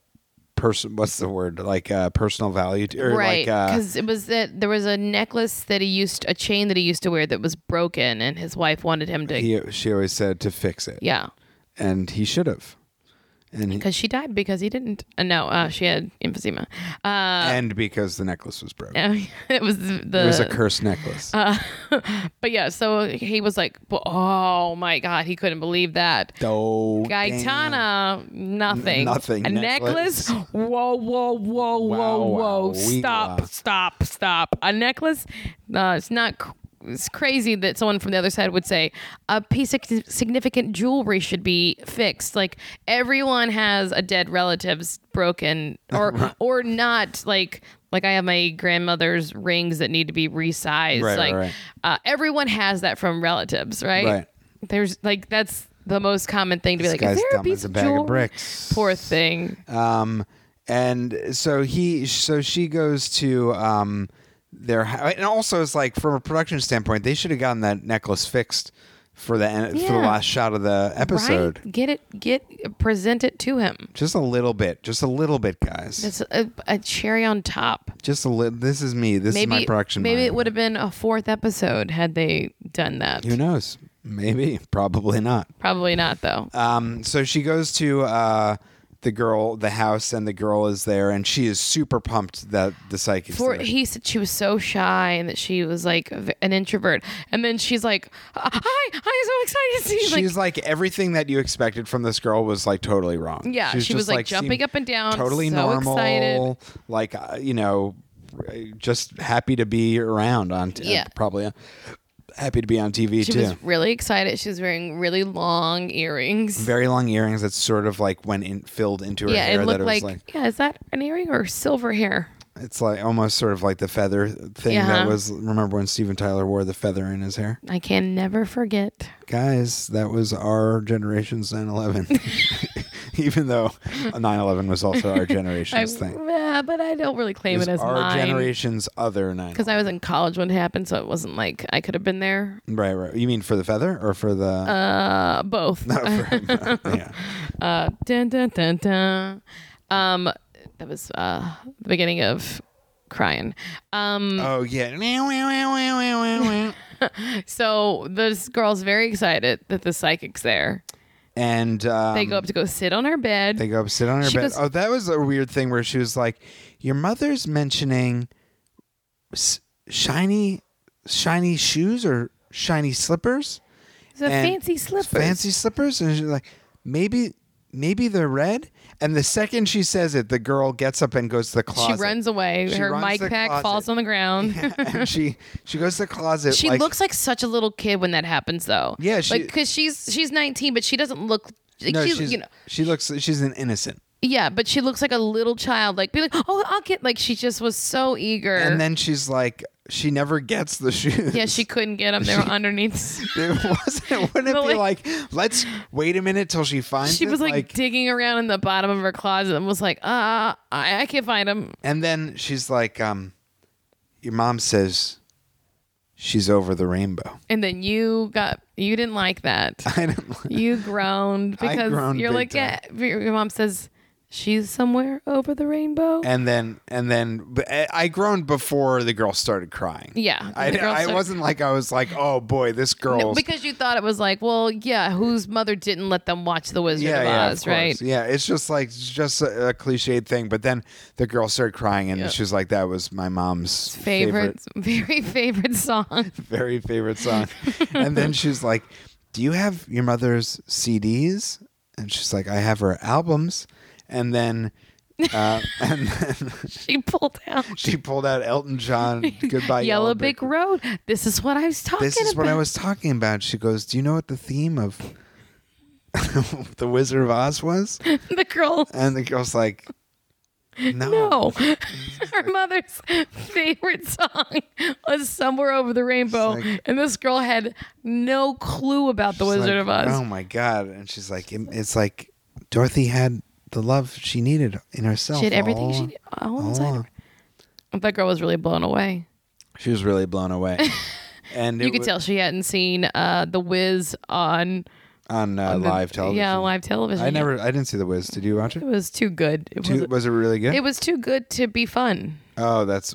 Speaker 4: person? What's the word? Like uh, personal value, to, or
Speaker 5: right
Speaker 4: like uh,
Speaker 5: because it was that there was a necklace that he used a chain that he used to wear that was broken and his wife wanted him to
Speaker 4: he, she always said to fix it.
Speaker 5: yeah
Speaker 4: and he should have. And he,
Speaker 5: because she died because he didn't uh, no uh, she had emphysema uh,
Speaker 4: and because the necklace was broken,
Speaker 5: it was the
Speaker 4: it was a cursed necklace.
Speaker 5: uh, but yeah so he was like oh my god he couldn't believe that
Speaker 4: oh,
Speaker 5: Gaetana, nothing.
Speaker 4: N- nothing.
Speaker 5: A
Speaker 4: Necklace.
Speaker 5: necklace. Whoa, whoa,
Speaker 4: Wow,
Speaker 5: whoa, whoa, whoa.
Speaker 4: wow, we-
Speaker 5: Stop,
Speaker 4: wow.
Speaker 5: stop, stop. A necklace. Uh, it's not. cr- It's crazy that someone from the other side would say a piece of significant jewelry should be fixed. Like everyone has a dead relative's broken or or not like like I have my grandmother's rings that need to be resized.
Speaker 4: Right, right,
Speaker 5: like
Speaker 4: right.
Speaker 5: Uh, everyone has that from relatives, right?
Speaker 4: Right.
Speaker 5: There's like that's the most common thing to be
Speaker 4: This
Speaker 5: like,
Speaker 4: guy's
Speaker 5: is there
Speaker 4: dumb
Speaker 5: a piece
Speaker 4: as a
Speaker 5: of
Speaker 4: bag of
Speaker 5: jewelry?
Speaker 4: bricks.
Speaker 5: Poor thing.
Speaker 4: Um, and so he, so she goes to um, their, hou- and also it's like from a production standpoint, they should have gotten that necklace fixed for the en- for the
Speaker 5: Yeah.
Speaker 4: last shot of the episode.
Speaker 5: Right? Get it. Get present it to him.
Speaker 4: Just a little bit, just a little bit, guys.
Speaker 5: It's a, a cherry on top.
Speaker 4: just a little. This is me. This
Speaker 5: Maybe
Speaker 4: is my production.
Speaker 5: Maybe
Speaker 4: mind.
Speaker 5: it would have been a fourth episode had they done that.
Speaker 4: Who knows? Maybe, probably not.
Speaker 5: Probably not though.
Speaker 4: Um, so she goes to uh, the girl, the house, and the girl is there, and she is super pumped that the psychic.
Speaker 5: For
Speaker 4: there.
Speaker 5: he said she was so shy and that she was like v- an introvert, and then she's like, "Hi, I'm so excited to see." you."
Speaker 4: She's like, everything that you expected from this girl was like totally wrong.
Speaker 5: Yeah, she was,
Speaker 4: just,
Speaker 5: like, jumping
Speaker 4: seemed
Speaker 5: up and down,
Speaker 4: totally
Speaker 5: so
Speaker 4: normal,
Speaker 5: excited.
Speaker 4: like uh, you know, just happy to be around on t-
Speaker 5: Yeah.
Speaker 4: probably. happy to be on TV
Speaker 5: She
Speaker 4: too.
Speaker 5: was really excited. She was wearing really long earrings.
Speaker 4: Very long earrings that sort of like went in, filled into her
Speaker 5: yeah,
Speaker 4: hair.
Speaker 5: it looked
Speaker 4: that it was
Speaker 5: like,
Speaker 4: like,
Speaker 5: yeah, is that an earring or silver hair?
Speaker 4: it's like almost sort of like the feather thing that
Speaker 5: Yeah.
Speaker 4: was. Remember when Steven Tyler wore the feather in his hair?
Speaker 5: I can never forget.
Speaker 4: Guys, that was our generation's 9/11. Even though 9/11 was also our
Speaker 5: I,
Speaker 4: generation's thing.
Speaker 5: yeah, but I don't really
Speaker 4: It
Speaker 5: claim
Speaker 4: was
Speaker 5: it as
Speaker 4: our
Speaker 5: mine
Speaker 4: generation's other 9.
Speaker 5: because I was in college when it happened, so it wasn't like I could have been there.
Speaker 4: Right, right. You mean for the feather or for the?
Speaker 5: Uh, both.
Speaker 4: for- yeah.
Speaker 5: Uh, dun, dun, dun, dun. Um, that was uh the beginning of crying. Um,
Speaker 4: Oh yeah.
Speaker 5: so this girl's very excited that the psychic's there.
Speaker 4: and um,
Speaker 5: They go up to go sit on her bed.
Speaker 4: They go up, sit on her
Speaker 5: She
Speaker 4: bed.
Speaker 5: goes-
Speaker 4: oh, that was a weird thing where she was like, "Your mother's mentioning s- shiny, shiny shoes or shiny slippers,
Speaker 5: It's a
Speaker 4: and
Speaker 5: fancy slippers.
Speaker 4: fancy slippers," and she's like, "Maybe, maybe they're red." And the second she says it, the girl gets up and goes to the
Speaker 5: She
Speaker 4: closet.
Speaker 5: runs away.
Speaker 4: She
Speaker 5: her
Speaker 4: runs
Speaker 5: mic
Speaker 4: the
Speaker 5: pack
Speaker 4: closet.
Speaker 5: falls on the ground.
Speaker 4: and she she goes to the closet.
Speaker 5: She looks like such a little kid when that happens, though.
Speaker 4: Yeah, she-
Speaker 5: like because she's she's 19, but she doesn't look. Like,
Speaker 4: no,
Speaker 5: she,
Speaker 4: she's,
Speaker 5: you know,
Speaker 4: she looks she's an innocent.
Speaker 5: yeah, but she looks like a little child. Like, be like, oh, I'll get. Like, she just was so eager,
Speaker 4: And then she's like, she never gets the shoes.
Speaker 5: yeah, she couldn't get them. They were underneath.
Speaker 4: It wasn't. Wouldn't it
Speaker 5: But,
Speaker 4: be
Speaker 5: like-
Speaker 4: like, let's wait a minute till she finds?
Speaker 5: She
Speaker 4: it?
Speaker 5: was like, digging around in the bottom of her closet and was like, uh, I, I can't find them.
Speaker 4: and then she's like, um, your mom says she's over the rainbow.
Speaker 5: And then you got you didn't like that.
Speaker 4: I don't.
Speaker 5: You groaned
Speaker 4: I
Speaker 5: because
Speaker 4: groaned
Speaker 5: you're
Speaker 4: big
Speaker 5: like,
Speaker 4: time.
Speaker 5: yeah. Your mom says she's somewhere over the rainbow.
Speaker 4: And then, and then, but I- I groaned before the girl started crying.
Speaker 5: Yeah,
Speaker 4: I,
Speaker 5: the girl
Speaker 4: I
Speaker 5: started-
Speaker 4: wasn't like I was like, oh boy, this girl's
Speaker 5: No, because you thought it was like, well, yeah, whose mother didn't let them watch The Wizard
Speaker 4: yeah,
Speaker 5: of
Speaker 4: yeah, of
Speaker 5: Oz,
Speaker 4: course.
Speaker 5: right?
Speaker 4: Yeah, it's just like it's just a, a cliched thing. But then the girl started crying, and
Speaker 5: Yeah.
Speaker 4: she was like, "That was my mom's
Speaker 5: Favorite, very favorite song.
Speaker 4: very favorite song. and then she's like, Do you have your mother's CDs? And she's like, I have her albums. And then uh, and then
Speaker 5: She pulled out
Speaker 4: she pulled out Elton John, Goodbye
Speaker 5: Yellow, Brick Road. This is what I was talking
Speaker 4: This is
Speaker 5: about.
Speaker 4: what I was talking about. She goes, Do you know what the theme of The Wizard of Oz was?
Speaker 5: the girl.
Speaker 4: And the girl's like, No.
Speaker 5: No, her mother's favorite song was "Somewhere Over the Rainbow,"
Speaker 4: It's like-
Speaker 5: and this girl had no clue about The
Speaker 4: She's
Speaker 5: Wizard
Speaker 4: like,
Speaker 5: of Oz.
Speaker 4: Oh my God. And she's like, "It- It's like Dorothy had the love she needed in herself.
Speaker 5: she had everything
Speaker 4: all
Speaker 5: she Oh,
Speaker 4: along."
Speaker 5: did all inside of her. That girl was really blown away.
Speaker 4: She was really blown away. And
Speaker 5: You
Speaker 4: it
Speaker 5: could
Speaker 4: wa-
Speaker 5: tell she hadn't seen uh, The Wiz on
Speaker 4: on, uh,
Speaker 5: the-
Speaker 4: live television.
Speaker 5: Yeah, live television.
Speaker 4: I never, I didn't see the Wiz. Did you watch it?
Speaker 5: It was too good. It
Speaker 4: Too-
Speaker 5: was.
Speaker 4: was it really good?
Speaker 5: It was too good to be fun.
Speaker 4: oh, that's.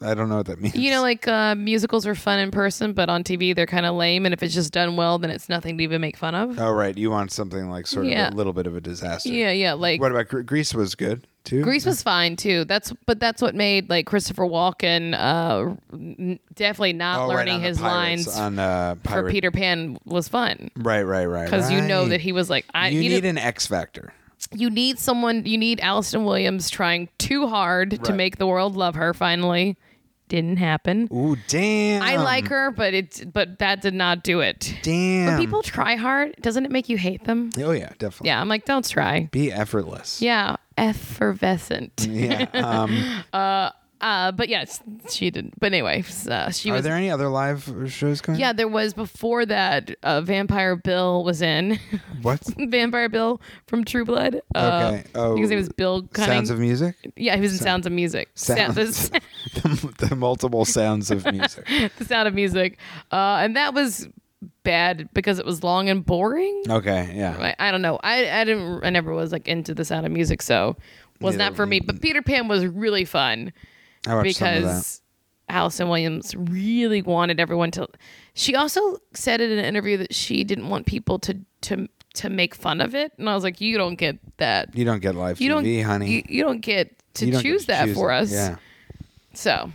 Speaker 4: I don't know what that means.
Speaker 5: You know, like uh, musicals are fun in person, but on TV they're kind of lame. And if it's just done well, then it's nothing to even make fun of.
Speaker 4: oh right, you want something like sort
Speaker 5: Yeah.
Speaker 4: of a little bit of a disaster.
Speaker 5: yeah, yeah. Like
Speaker 4: What about Gre- Greece? Was good too.
Speaker 5: Grease was fine too. That's but that's what made like Christopher Walken uh, n- definitely not
Speaker 4: Oh, right,
Speaker 5: learning
Speaker 4: on the
Speaker 5: his
Speaker 4: Pirates,
Speaker 5: lines
Speaker 4: on uh,
Speaker 5: for
Speaker 4: Pirate-
Speaker 5: Peter Pan was fun
Speaker 4: Right, right, right.
Speaker 5: because you know
Speaker 4: right.
Speaker 5: that he was like, I
Speaker 4: you,
Speaker 5: you,
Speaker 4: need
Speaker 5: know,
Speaker 4: an X factor.
Speaker 5: you need someone. You need Allison Williams trying too hard to
Speaker 4: Right.
Speaker 5: make the world love her. Finally, didn't happen.
Speaker 4: Ooh, damn!
Speaker 5: I like her, but it's but that did not do it.
Speaker 4: Damn.
Speaker 5: When people try hard, doesn't it make you hate them?
Speaker 4: Oh yeah, definitely.
Speaker 5: Yeah, I'm like, don't try.
Speaker 4: Be effortless.
Speaker 5: Yeah, effervescent.
Speaker 4: Yeah. Um,
Speaker 5: Uh, but yes, she didn't. But anyway, s- uh, she
Speaker 4: are
Speaker 5: was.
Speaker 4: there any other live shows going?
Speaker 5: yeah, there was before that. Uh, Vampire Bill was in.
Speaker 4: What?
Speaker 5: Vampire Bill from True Blood. Uh,
Speaker 4: Okay. Oh,
Speaker 5: his name was Bill Cunning.
Speaker 4: Sounds of Music.
Speaker 5: yeah, he was in Sounds of Music. Sound- the
Speaker 4: sounds
Speaker 5: sound,
Speaker 4: the, the multiple sounds of music
Speaker 5: the sound of Music, uh, and that was bad because it was long and boring.
Speaker 4: okay yeah
Speaker 5: I, I don't know. I I didn't. I never was like into the sound of music, so was
Speaker 4: Neither
Speaker 5: not for me. But Peter Pan was really fun
Speaker 4: i watched some of that
Speaker 5: because Allison Williams really wanted everyone to. She also said in an interview that she didn't want people to to to make fun of it, and I was like, you don't get that.
Speaker 4: you don't get live
Speaker 5: You
Speaker 4: tv
Speaker 5: don't,
Speaker 4: honey
Speaker 5: You, you don't get to
Speaker 4: You don't get
Speaker 5: choose that for
Speaker 4: it.
Speaker 5: us.
Speaker 4: yeah
Speaker 5: So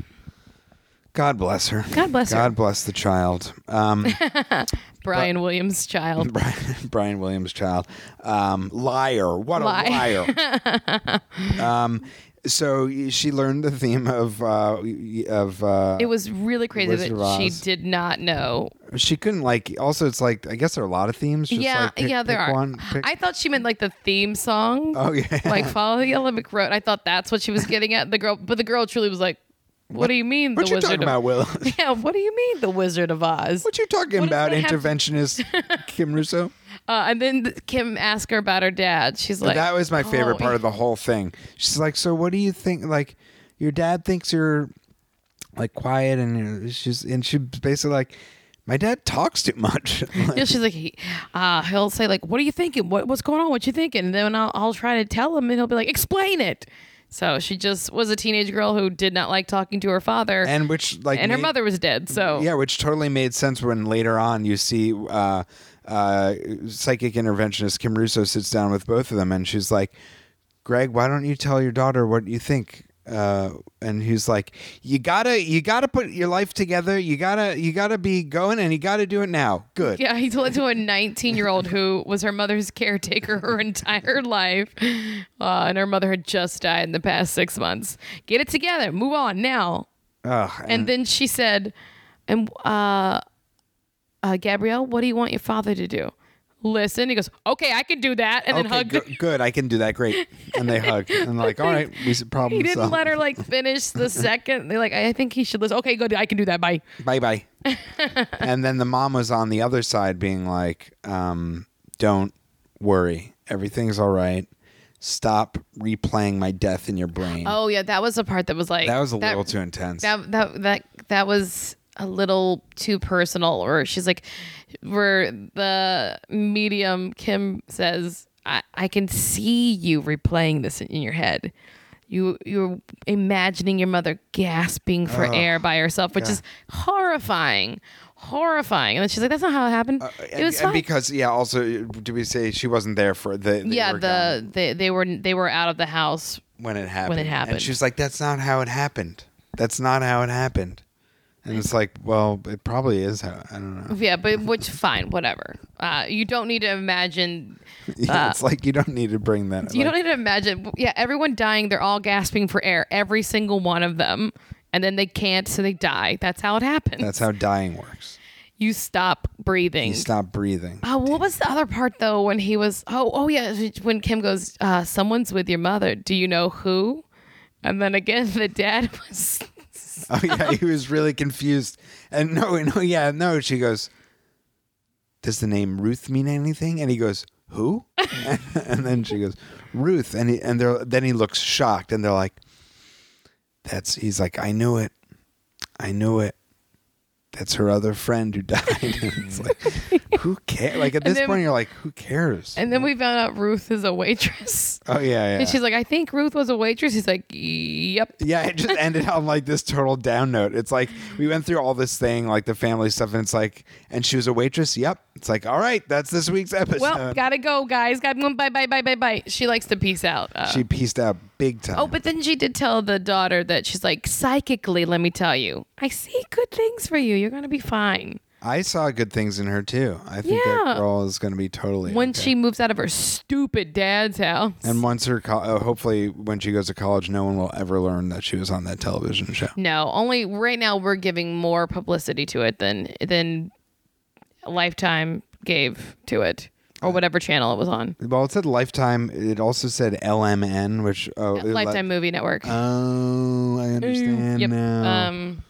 Speaker 4: god bless her
Speaker 5: God bless her.
Speaker 4: god bless the child um
Speaker 5: Brian Williams' child.
Speaker 4: brian, brian williams child um liar what
Speaker 5: Liar.
Speaker 4: a liar um so she learned the theme of uh, of uh,
Speaker 5: It was really crazy
Speaker 4: Wizard of
Speaker 5: that she
Speaker 4: Oz.
Speaker 5: did not know.
Speaker 4: she couldn't like. Also, it's like I guess there are a lot of themes. Just
Speaker 5: yeah,
Speaker 4: like, pick-
Speaker 5: yeah, there
Speaker 4: pick
Speaker 5: are.
Speaker 4: One, pick-
Speaker 5: I thought she meant like the theme song.
Speaker 4: oh yeah,
Speaker 5: like follow the Olympic road. I thought that's what she was getting at. The girl, but the girl truly was like, "What, do you mean
Speaker 4: what
Speaker 5: the
Speaker 4: you
Speaker 5: Wizard
Speaker 4: talking
Speaker 5: of
Speaker 4: about, Will?
Speaker 5: Yeah, what do you mean the Wizard of Oz?
Speaker 4: what you talking
Speaker 5: What does
Speaker 4: about,
Speaker 5: that have to-
Speaker 4: interventionist Kim Russo?
Speaker 5: Uh, and then th- Kim asked her about her dad. She's like,
Speaker 4: that was my favorite
Speaker 5: "Oh,
Speaker 4: part of the whole thing. She's like, so what do you think? Like, your dad thinks you're like quiet, and you're, she's and she's basically like, my dad talks too much.
Speaker 5: you know, she's like, he, uh, he'll say like, "What are you thinking? What, what's going on? What you thinking?" And then I'll, I'll try to tell him, and he'll be like, "Explain it." So she just was a teenage girl who did not like talking to her father,
Speaker 4: and which like
Speaker 5: and her
Speaker 4: made-
Speaker 5: mother was dead. So
Speaker 4: yeah, which totally made sense when later on you see uh, uh, psychic interventionist Kim Russo sits down with both of them, and she's like, "Greg, why don't you tell your daughter what you think?" Uh, and he's like, "You gotta, you gotta put your life together. You gotta, you gotta be going, and you gotta do it now. Good.
Speaker 5: Yeah, he told it to a 19 year old who was her mother's caretaker her entire life. Uh, and her mother had just died in the past six months. Get it together. Move on now.
Speaker 4: Ugh,
Speaker 5: And then she said, and uh, uh, Gabrielle, what do you want your father to do? Listen. He goes, okay, I can do that. And then
Speaker 4: okay,
Speaker 5: hugged
Speaker 4: go- good. I can do that. Great." And they hug, and like, "All right, we should problem
Speaker 5: He didn't
Speaker 4: solved.
Speaker 5: let her like finish the second. They're like, I think he should listen. Okay, good. I can do that. Bye.
Speaker 4: bye bye. and then the mom was on the other side being like, um, don't worry. Everything's all right. Stop replaying my death in your brain.
Speaker 5: Oh yeah, that was the part that was like
Speaker 4: that was a little too intense.
Speaker 5: that that that that was a little too personal or she's like where the medium kim says i i can see you replaying this in your head you you're imagining your mother gasping for air by herself which is horrifying horrifying and then she's like that's not how it happened it
Speaker 4: Uh, and,
Speaker 5: was
Speaker 4: and
Speaker 5: fine
Speaker 4: because yeah, also do we say she wasn't there for the they
Speaker 5: yeah
Speaker 4: were gone
Speaker 5: the they, they were they were out of the house
Speaker 4: when it happened
Speaker 5: happened.
Speaker 4: and she was like, that's not how it happened. That's not how it happened. And it's like, well, it probably is how I don't know.
Speaker 5: yeah but which fine whatever uh you don't need to imagine
Speaker 4: Yeah, it's like you don't need to bring that.
Speaker 5: Ah. You
Speaker 4: like-
Speaker 5: don't need to imagine. Yeah, everyone dying. They're all gasping for air. Every single one of them. And then they can't, so they die. That's how it happens.
Speaker 4: that's how dying works.
Speaker 5: you stop breathing.
Speaker 4: You stop breathing.
Speaker 5: Oh, what was the other part though? When he was oh oh yeah, when Kim goes, uh, someone's with your mother. Do you know who? And then again, the dad was
Speaker 4: Oh yeah, he was really confused. And no, no, yeah, no. She goes, "Does the name Ruth mean anything?" And he goes, "Who?" and then she goes, "Ruth." And he, and they're, then he looks shocked, and they're like, "That's." He's like, "I knew it. I knew it." That's her other friend who died. it's like, who cares? Like at this
Speaker 5: then-
Speaker 4: point, you're like, who cares?
Speaker 5: And then we found out Ruth is a waitress.
Speaker 4: oh yeah, yeah.
Speaker 5: And she's like, I think Ruth was a waitress. He's like, Yep.
Speaker 4: Yeah, it just ended on like this total down note. It's like we went through all this thing, like the family stuff, and it's like, and she was a waitress. Yep. It's like, all right, that's this week's episode.
Speaker 5: Well, gotta go, guys. Got to bye bye bye bye bye. She likes to peace out. Uh,
Speaker 4: she pieced out big time.
Speaker 5: Oh, but then she did tell the daughter that she's like, psychically, let me tell you, I see good things for you. You're going to be fine.
Speaker 4: I saw good things in her too. I think that
Speaker 5: Yeah.
Speaker 4: girl is going to be totally
Speaker 5: When
Speaker 4: okay.
Speaker 5: she moves out of her stupid dad's house.
Speaker 4: and once her co- uh, hopefully when she goes to college, no one will ever learn that she was on that television show.
Speaker 5: no, only right now we're giving more publicity to it than than Lifetime gave to it or whatever channel it was on.
Speaker 4: Well, it said Lifetime. It also said LMN, which oh, it like- um,
Speaker 5: Lifetime Movie Network.
Speaker 4: Oh, I understand
Speaker 5: yep.
Speaker 4: now.
Speaker 5: Um,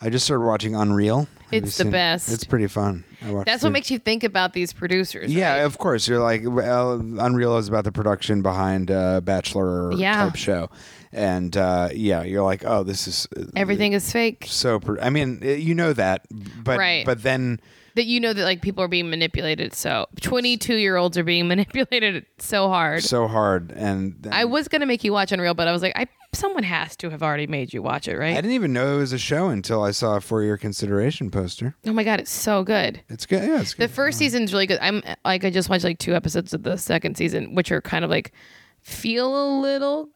Speaker 4: I just started watching Unreal. Have
Speaker 5: It's
Speaker 4: you
Speaker 5: the
Speaker 4: seen it?
Speaker 5: best.
Speaker 4: It's pretty fun. I watched
Speaker 5: that's
Speaker 4: it.
Speaker 5: what makes you think about these producers.
Speaker 4: Yeah,
Speaker 5: right?
Speaker 4: of course. You're like well, Unreal is about the production behind uh, Bachelor
Speaker 5: Yeah.
Speaker 4: type show, and uh, yeah, you're like, oh, this is uh,
Speaker 5: Everything is fake.
Speaker 4: so. Pr- I mean, uh, you know that, but
Speaker 5: Right.
Speaker 4: but then
Speaker 5: that you know that like people are being manipulated so 22 year olds are being manipulated so hard
Speaker 4: so hard, and then-
Speaker 5: i was gonna make you watch unreal but i was like i someone has to have already made you watch it
Speaker 4: I
Speaker 5: right
Speaker 4: didn't even know it was a show until I saw a for your consideration poster.
Speaker 5: oh my god it's so good
Speaker 4: It's good. Yeah, it's
Speaker 5: the
Speaker 4: good.
Speaker 5: first season's really good i'm like i just watched like two episodes of the second season which are kind of like feel a little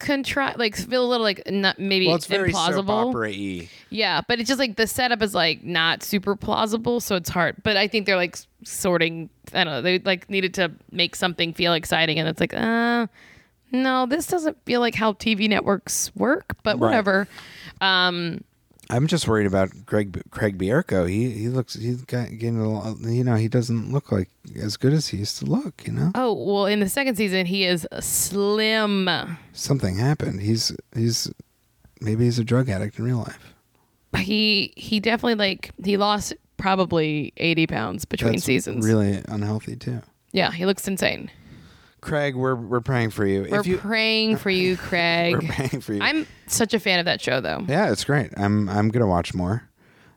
Speaker 5: contrived like feel a little like not maybe
Speaker 4: well, it's very soap
Speaker 5: implausible
Speaker 4: opera y.
Speaker 5: Yeah, but it's just like the setup is like not super plausible, so it's hard. But I think they're like s- sorting. I don't know. They like needed to make something feel exciting, and it's like, uh, no, this doesn't feel like how TV networks work, but whatever. Um,
Speaker 4: I'm just worried about Greg Craig Bierko. He he looks he's got getting a lot, you know he doesn't look like as good as he used to look. You know
Speaker 5: oh, well, in the second season, he is slim.
Speaker 4: something happened. He's he's maybe he's a drug addict in real life.
Speaker 5: He he definitely like he lost probably 80 pounds between
Speaker 4: That's
Speaker 5: seasons.
Speaker 4: really unhealthy too.
Speaker 5: yeah, he looks insane.
Speaker 4: Craig, we're we're praying for you.
Speaker 5: We're
Speaker 4: if you
Speaker 5: praying for you, Craig.
Speaker 4: we're praying for you.
Speaker 5: I'm such a fan of that show, though.
Speaker 4: yeah, it's great. I'm I'm gonna watch more.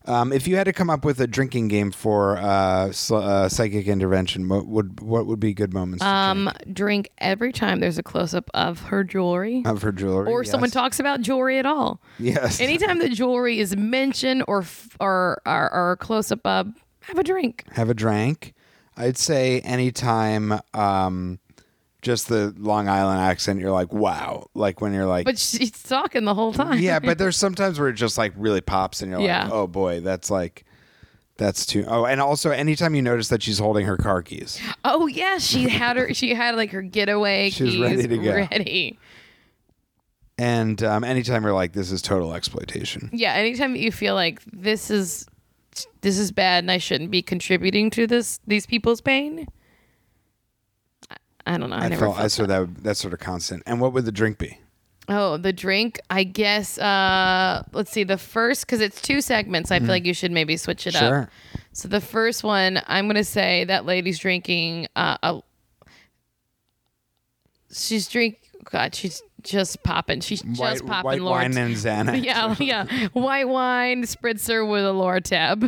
Speaker 4: Um, if you had to come up with a drinking game for uh, sl- uh, psychic intervention, what would what would be good moments? to
Speaker 5: Um, drink every time there's a close up of her jewelry
Speaker 4: drink? Of her jewelry,
Speaker 5: or
Speaker 4: Uh, yes.
Speaker 5: someone talks about jewelry at all.
Speaker 4: Yes,
Speaker 5: Anytime the jewelry is mentioned or f- or or, or close up of, have a drink.
Speaker 4: have a drink. I'd say anytime, um, just the Long Island accent, you're like, wow. Like when you're like,
Speaker 5: But she's talking the whole time.
Speaker 4: yeah, but there's sometimes where it just like really pops and you're
Speaker 5: Yeah.
Speaker 4: like, oh boy, that's like, that's too. Oh, and also anytime you notice that she's holding her car keys.
Speaker 5: Oh yeah, she had her. She had like her getaway
Speaker 4: She was
Speaker 5: keys
Speaker 4: ready to go.
Speaker 5: ready.
Speaker 4: And um, anytime you're like, this is total exploitation.
Speaker 5: Yeah. Anytime that you feel like this is this is bad and I shouldn't be contributing to this these people's pain. I, I don't know. I,
Speaker 4: I,
Speaker 5: never
Speaker 4: felt,
Speaker 5: felt
Speaker 4: I so that. would- that's sort of constant. And what would the drink be?
Speaker 5: Oh, the drink. I guess. Uh, let's see. The first, because it's two segments. I feel like you should maybe switch it up.
Speaker 4: Mm-hmm. Sure.
Speaker 5: So the first one, I'm gonna say that lady's drinking. Uh, a, she's drink. God, she's just popping. She's just
Speaker 4: white
Speaker 5: popping.
Speaker 4: white
Speaker 5: Laura.
Speaker 4: wine and Xanax.
Speaker 5: yeah, yeah. White wine spritzer with a Laura tab.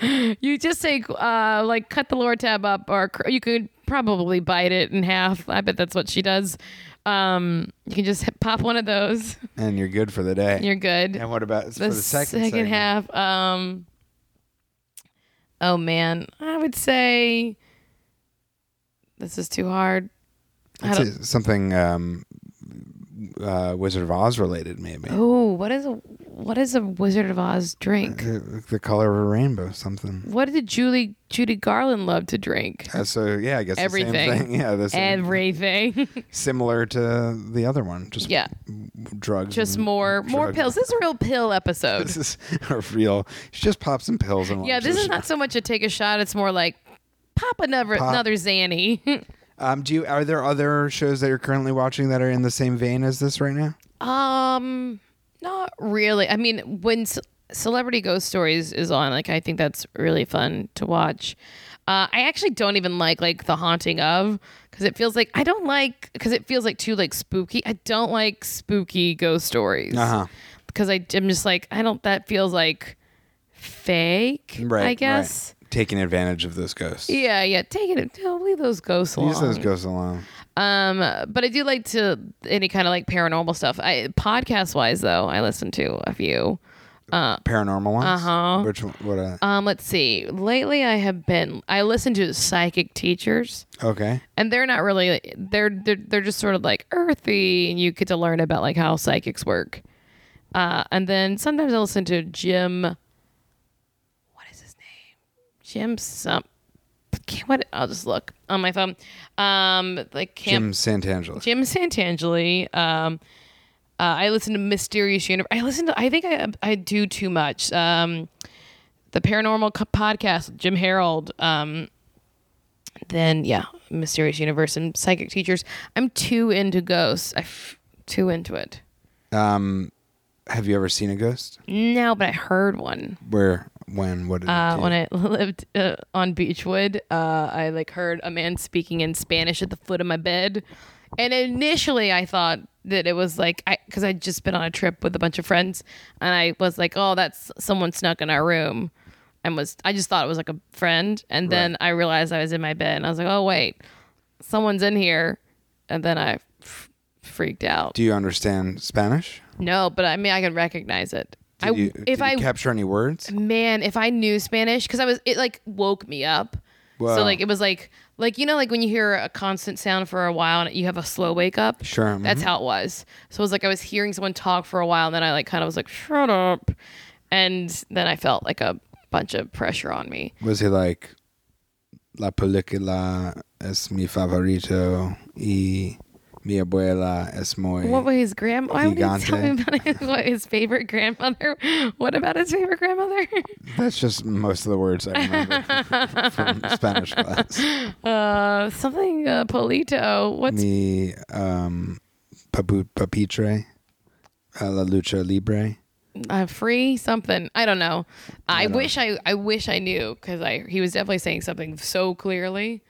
Speaker 5: you just say uh, like cut the Laura tab up, or cr- you could probably bite it in half. I bet that's what she does. Um, you can just hit- pop one of those.
Speaker 4: And you're good for the day.
Speaker 5: You're good.
Speaker 4: and what about for
Speaker 5: the
Speaker 4: the second,
Speaker 5: second,
Speaker 4: segment?
Speaker 5: half. Um, oh man, I would say this is too hard. I
Speaker 4: It's
Speaker 5: don't-
Speaker 4: a- something um, uh, Wizard of Oz related, maybe.
Speaker 5: Oh, what is a what is a Wizard of Oz drink?
Speaker 4: The, the color of a rainbow, something.
Speaker 5: What did Julie Judy Garland love to drink?
Speaker 4: Uh, so yeah, I guess The
Speaker 5: Everything.
Speaker 4: same thing. Yeah, this
Speaker 5: Everything.
Speaker 4: similar to the other one. Just
Speaker 5: yeah,
Speaker 4: drugs.
Speaker 5: just
Speaker 4: and
Speaker 5: more more
Speaker 4: Mm-hmm. drug-
Speaker 5: pills. This is a real pill episode.
Speaker 4: This is a real. She just pops some pills and
Speaker 5: Yeah,
Speaker 4: watches
Speaker 5: this
Speaker 4: the
Speaker 5: is
Speaker 4: show.
Speaker 5: not so much a take a shot. It's more like pop another
Speaker 4: Pop.
Speaker 5: another Zanny.
Speaker 4: Um, do you are there other shows that you're currently watching that are in the same vein as this right now?
Speaker 5: Um, not really. I mean, when ce- Celebrity Ghost Stories is on, like, I think that's really fun to watch. Uh, I actually don't even like like the haunting of because it feels like I don't like because it feels like too like spooky. I don't like spooky ghost stories
Speaker 4: Uh-huh.
Speaker 5: because I am just like I don't. That feels like fake.
Speaker 4: Right.
Speaker 5: I guess.
Speaker 4: right. taking advantage of those ghosts.
Speaker 5: Yeah. Yeah. Take it. Don't leave those ghosts alone.
Speaker 4: Use those ghosts alone.
Speaker 5: Um, but I do like to any kind of like paranormal stuff. I podcast wise though, I listen to a few.
Speaker 4: Paranormal ones.
Speaker 5: Uh-huh.
Speaker 4: Which one? What? Uh,
Speaker 5: Um, let's see. Lately, I have been I listen to psychic teachers,
Speaker 4: okay.
Speaker 5: and they're not really they're they're they're just sort of like earthy, and you get to learn about like how psychics work. Uh, and then sometimes I listen to Jim. What is his name? Jim some. What? I'll just look on my phone. Um, like Camp
Speaker 4: Jim Santangelo.
Speaker 5: Jim Santangeli. Um, uh, I listen to Mysterious Universe. I listen to. I think I I do too much. Um, the Paranormal Co- Podcast, Jim Harold. Um, then yeah, Mysterious Universe and Psychic Teachers. I'm too into ghosts. I'm too into it.
Speaker 4: Have you ever seen a ghost?
Speaker 5: No, but I heard one.
Speaker 4: Where? When? What? Did
Speaker 5: uh,
Speaker 4: it do?
Speaker 5: when I lived uh, on Beechwood, uh, I like heard a man speaking in Spanish at the foot of my bed, and initially I thought that it was like I because I'd just been on a trip with a bunch of friends, and I was like, oh, that's someone snuck in our room, and was I just thought it was like a friend, and then I realized I was in my bed, and I was like, oh wait, someone's in here, and then I f- freaked out.
Speaker 4: Do you understand Spanish?
Speaker 5: no, but I mean I can recognize it. I
Speaker 4: Did you,
Speaker 5: if
Speaker 4: did you
Speaker 5: I
Speaker 4: capture any words?
Speaker 5: man if i knew spanish because i was it like woke me up so
Speaker 4: Wow.
Speaker 5: like it was like like you know like when you hear a constant sound for a while and you have a slow wake up
Speaker 4: Sure, Mm-hmm.
Speaker 5: that's how it was so it was like i was hearing someone talk for a while and then i like kind of was like shut up and then i felt like a bunch of pressure on me
Speaker 4: Was he like, La película es mi favorito y Mi abuela es muy.
Speaker 5: What was his grandma? Why would he tell
Speaker 4: Gigante.
Speaker 5: me about his, what his favorite grandmother? What about his favorite grandmother?
Speaker 4: That's just most of the words I remember from Spanish class.
Speaker 5: Uh, something uh, Polito. What's
Speaker 4: Mi um, papu- papitre, a la lucha libre.
Speaker 5: uh, free? Something I don't know. I, wish I I wish I knew because I he was definitely saying something so clearly.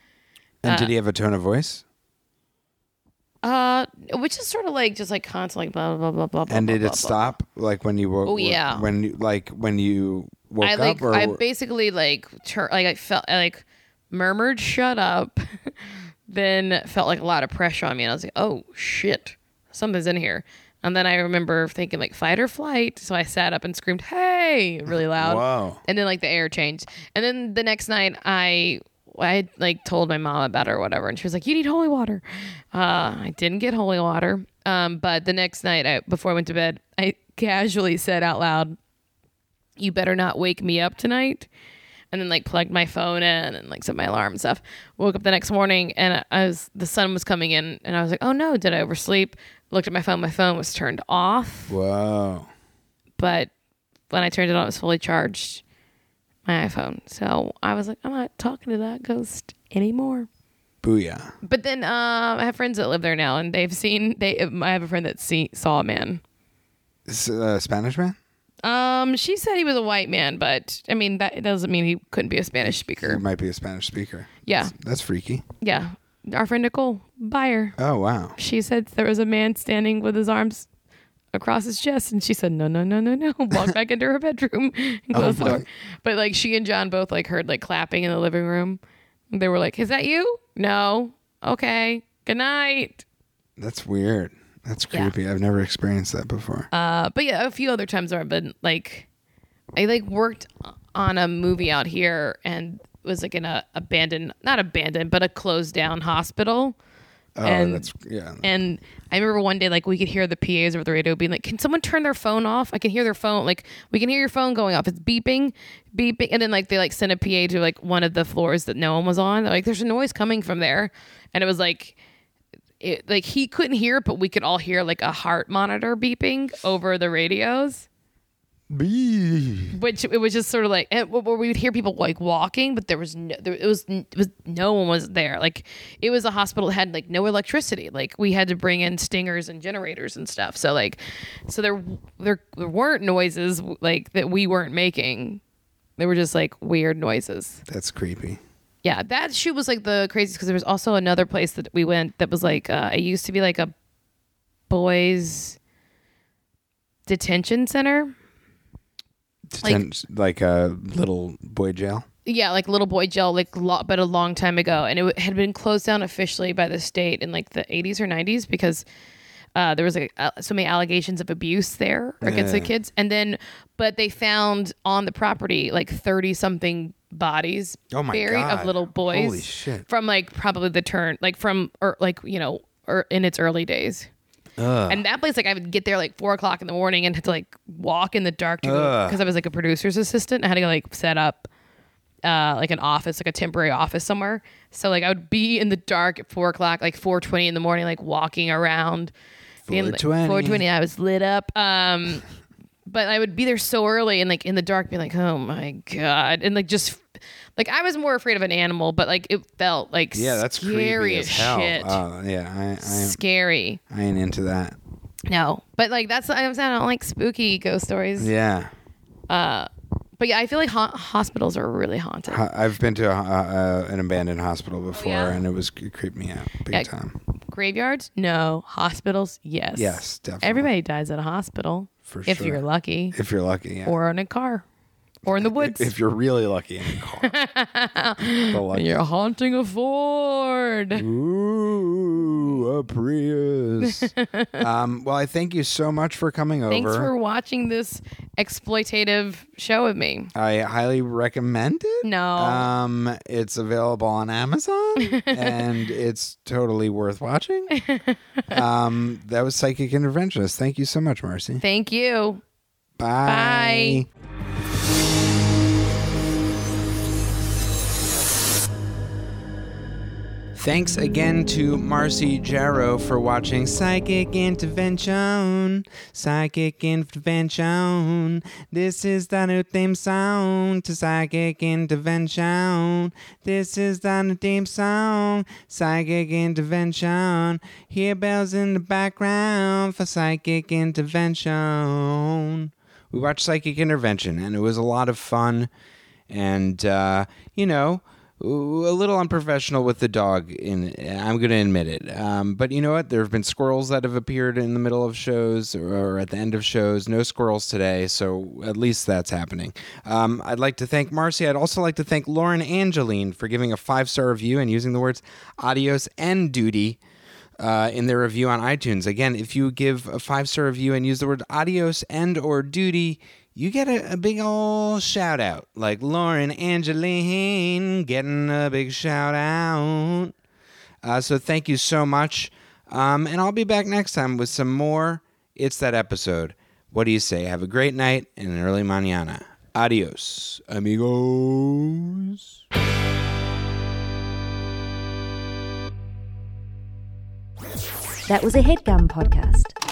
Speaker 4: And did he have a tone of voice?
Speaker 5: Uh, which is sort of like just like constantly blah blah blah blah. blah
Speaker 4: And
Speaker 5: blah,
Speaker 4: did
Speaker 5: blah,
Speaker 4: it stop like when you woke?
Speaker 5: Oh, yeah.
Speaker 4: When you, like when you woke
Speaker 5: I like
Speaker 4: up, or
Speaker 5: I basically like tur- like I felt I like murmured shut up, then felt like a lot of pressure on me, and I was like, oh shit, something's in here. And then I remember thinking like fight or flight, so I sat up and screamed hey really loud.
Speaker 4: Wow.
Speaker 5: And then like the air changed, and then the next night I. I had, like told my mom about it or whatever, and she was like, "You need holy water." Uh, I didn't get holy water, um, but the next night, I, before I went to bed, I casually said out loud, you better not wake me up tonight and then like plugged my phone in and like set my alarm and stuff woke up the next morning and i was the sun was coming in and i was like oh no did i oversleep looked at my phone my phone was turned off
Speaker 4: whoa,
Speaker 5: but when i turned it on it was fully charged my iphone so i was like i'm not talking to that ghost anymore
Speaker 4: booyah!
Speaker 5: but then um, i have friends that live there now and they've seen they i have a friend that see, saw a man
Speaker 4: S- uh, Spanish man.
Speaker 5: um she said he was a white man but i mean that doesn't mean he couldn't be a spanish speaker
Speaker 4: It might be a Spanish speaker.
Speaker 5: Yeah.
Speaker 4: that's, that's freaky.
Speaker 5: Yeah. Our friend Nicole Byer.
Speaker 4: Oh wow,
Speaker 5: She said there was a man standing with his arms across his chest and she said no no no no no walked back into her bedroom and closed the
Speaker 4: Oh my.
Speaker 5: door but like she and john both like heard like clapping in the living room they were like is that you no okay good night
Speaker 4: that's weird. That's
Speaker 5: Yeah.
Speaker 4: creepy. I've never experienced that before.
Speaker 5: Uh, but yeah, a few other times where I've been like, I like worked on a movie out here and was like in a abandoned, not abandoned, but a closed down hospital.
Speaker 4: oh,
Speaker 5: and-
Speaker 4: that's yeah.
Speaker 5: And I remember one day, like we could hear the PAs over the radio being like, "Can someone turn their phone off? I can hear their phone. Like we can hear your phone going off. It's beeping, beeping." And then like they like sent a PA to like one of the floors that no one was on. They're like, "There's a noise coming from there," and it was like. It, like he couldn't hear, it, but we could all hear like a heart monitor beeping over the radios
Speaker 4: Bee.
Speaker 5: which it was just sort of like and where we would hear people like walking but there was no there it was, it was no one was there like it was a hospital that had like no electricity like we had to bring in stingers and generators and stuff so like so there there, there weren't noises like that we weren't making they were just like weird noises
Speaker 4: That's creepy.
Speaker 5: yeah that shoot was like the craziest because there was also another place that we went that was like uh, it used to be like a boys detention center
Speaker 4: Detent- like, a little boy jail.
Speaker 5: yeah, like little boy jail, like lot, but a long time ago, and it w- had been closed down officially by the state in like the 80s or 90s because uh, there was like uh, so many allegations of abuse there against the kids, and then but they found on the property like 30 something bodies
Speaker 4: Oh my
Speaker 5: buried
Speaker 4: God.
Speaker 5: of little boys
Speaker 4: Holy shit.
Speaker 5: from like probably the turn like from or like you know or in its early days. And that place, like, I would get there like four o'clock in the morning and had to like walk in the dark to because I was like a producer's assistant. I had to like set up uh, like an office, like a temporary office somewhere. So like I would be in the dark at four o'clock, like four twenty in the morning, like walking around. Four
Speaker 4: 420.
Speaker 5: twenty. I was lit up. Um, but I would be there so early and like in the dark, being like, oh my god, and like just like I was more afraid of an animal, but like it felt like
Speaker 4: Yeah, that's
Speaker 5: scary
Speaker 4: creepy as hell.
Speaker 5: shit.
Speaker 4: Oh yeah, I, I,
Speaker 5: scary.
Speaker 4: I ain't into that.
Speaker 5: No, but like that's I'm saying I don't like spooky ghost stories.
Speaker 4: Yeah,
Speaker 5: But yeah, I feel like ha- hospitals are really haunted.
Speaker 4: I- I've been to a, a, a, an abandoned hospital before,
Speaker 5: yeah?
Speaker 4: and it was it creeped me out big
Speaker 5: Yeah.
Speaker 4: time.
Speaker 5: Graveyards? No. Hospitals? Yes.
Speaker 4: Yes, definitely.
Speaker 5: Everybody dies at a hospital.
Speaker 4: For
Speaker 5: if
Speaker 4: sure.
Speaker 5: you're lucky.
Speaker 4: If you're lucky, yeah.
Speaker 5: or in a car. Or in the woods.
Speaker 4: if you're really lucky in a car. The lucky-
Speaker 5: you're haunting a Ford.
Speaker 4: Ooh, a Prius. um, well, I thank you so much for coming over.
Speaker 5: Thanks for watching this exploitative show with me.
Speaker 4: I highly recommend it.
Speaker 5: No.
Speaker 4: Um, it's available on Amazon and it's totally worth watching. Um, that was Psychic Interventionist. Thank you so much, Marcy.
Speaker 5: Thank you.
Speaker 4: Bye. Thanks again to Marcy Jarrow for watching Psychic Intervention. Psychic Intervention. This is the new theme song to Psychic Intervention. This is the new theme song, Psychic Intervention. Hear bells in the background for Psychic Intervention. We watched Psychic Intervention, and it was a lot of fun and uh, you know a little unprofessional with the dog in i'm going to admit it um, but you know what there have been squirrels that have appeared in the middle of shows or, or at the end of shows no squirrels today so at least that's happening um, i'd like to thank marcy i'd also like to thank lauren angeline for giving a five star review and using the words adios and duty uh, in their review on iTunes. Again, if you give a five star review and use the word adios and or duty, you get a, a big old shout out. Like Lauren Angeline getting a big shout out. Uh, so thank you so much. Um, and I'll be back next time with some more. It's that episode. What do you say? Have a great night and an early mañana. Adios, amigos.
Speaker 1: That was a headgum podcast.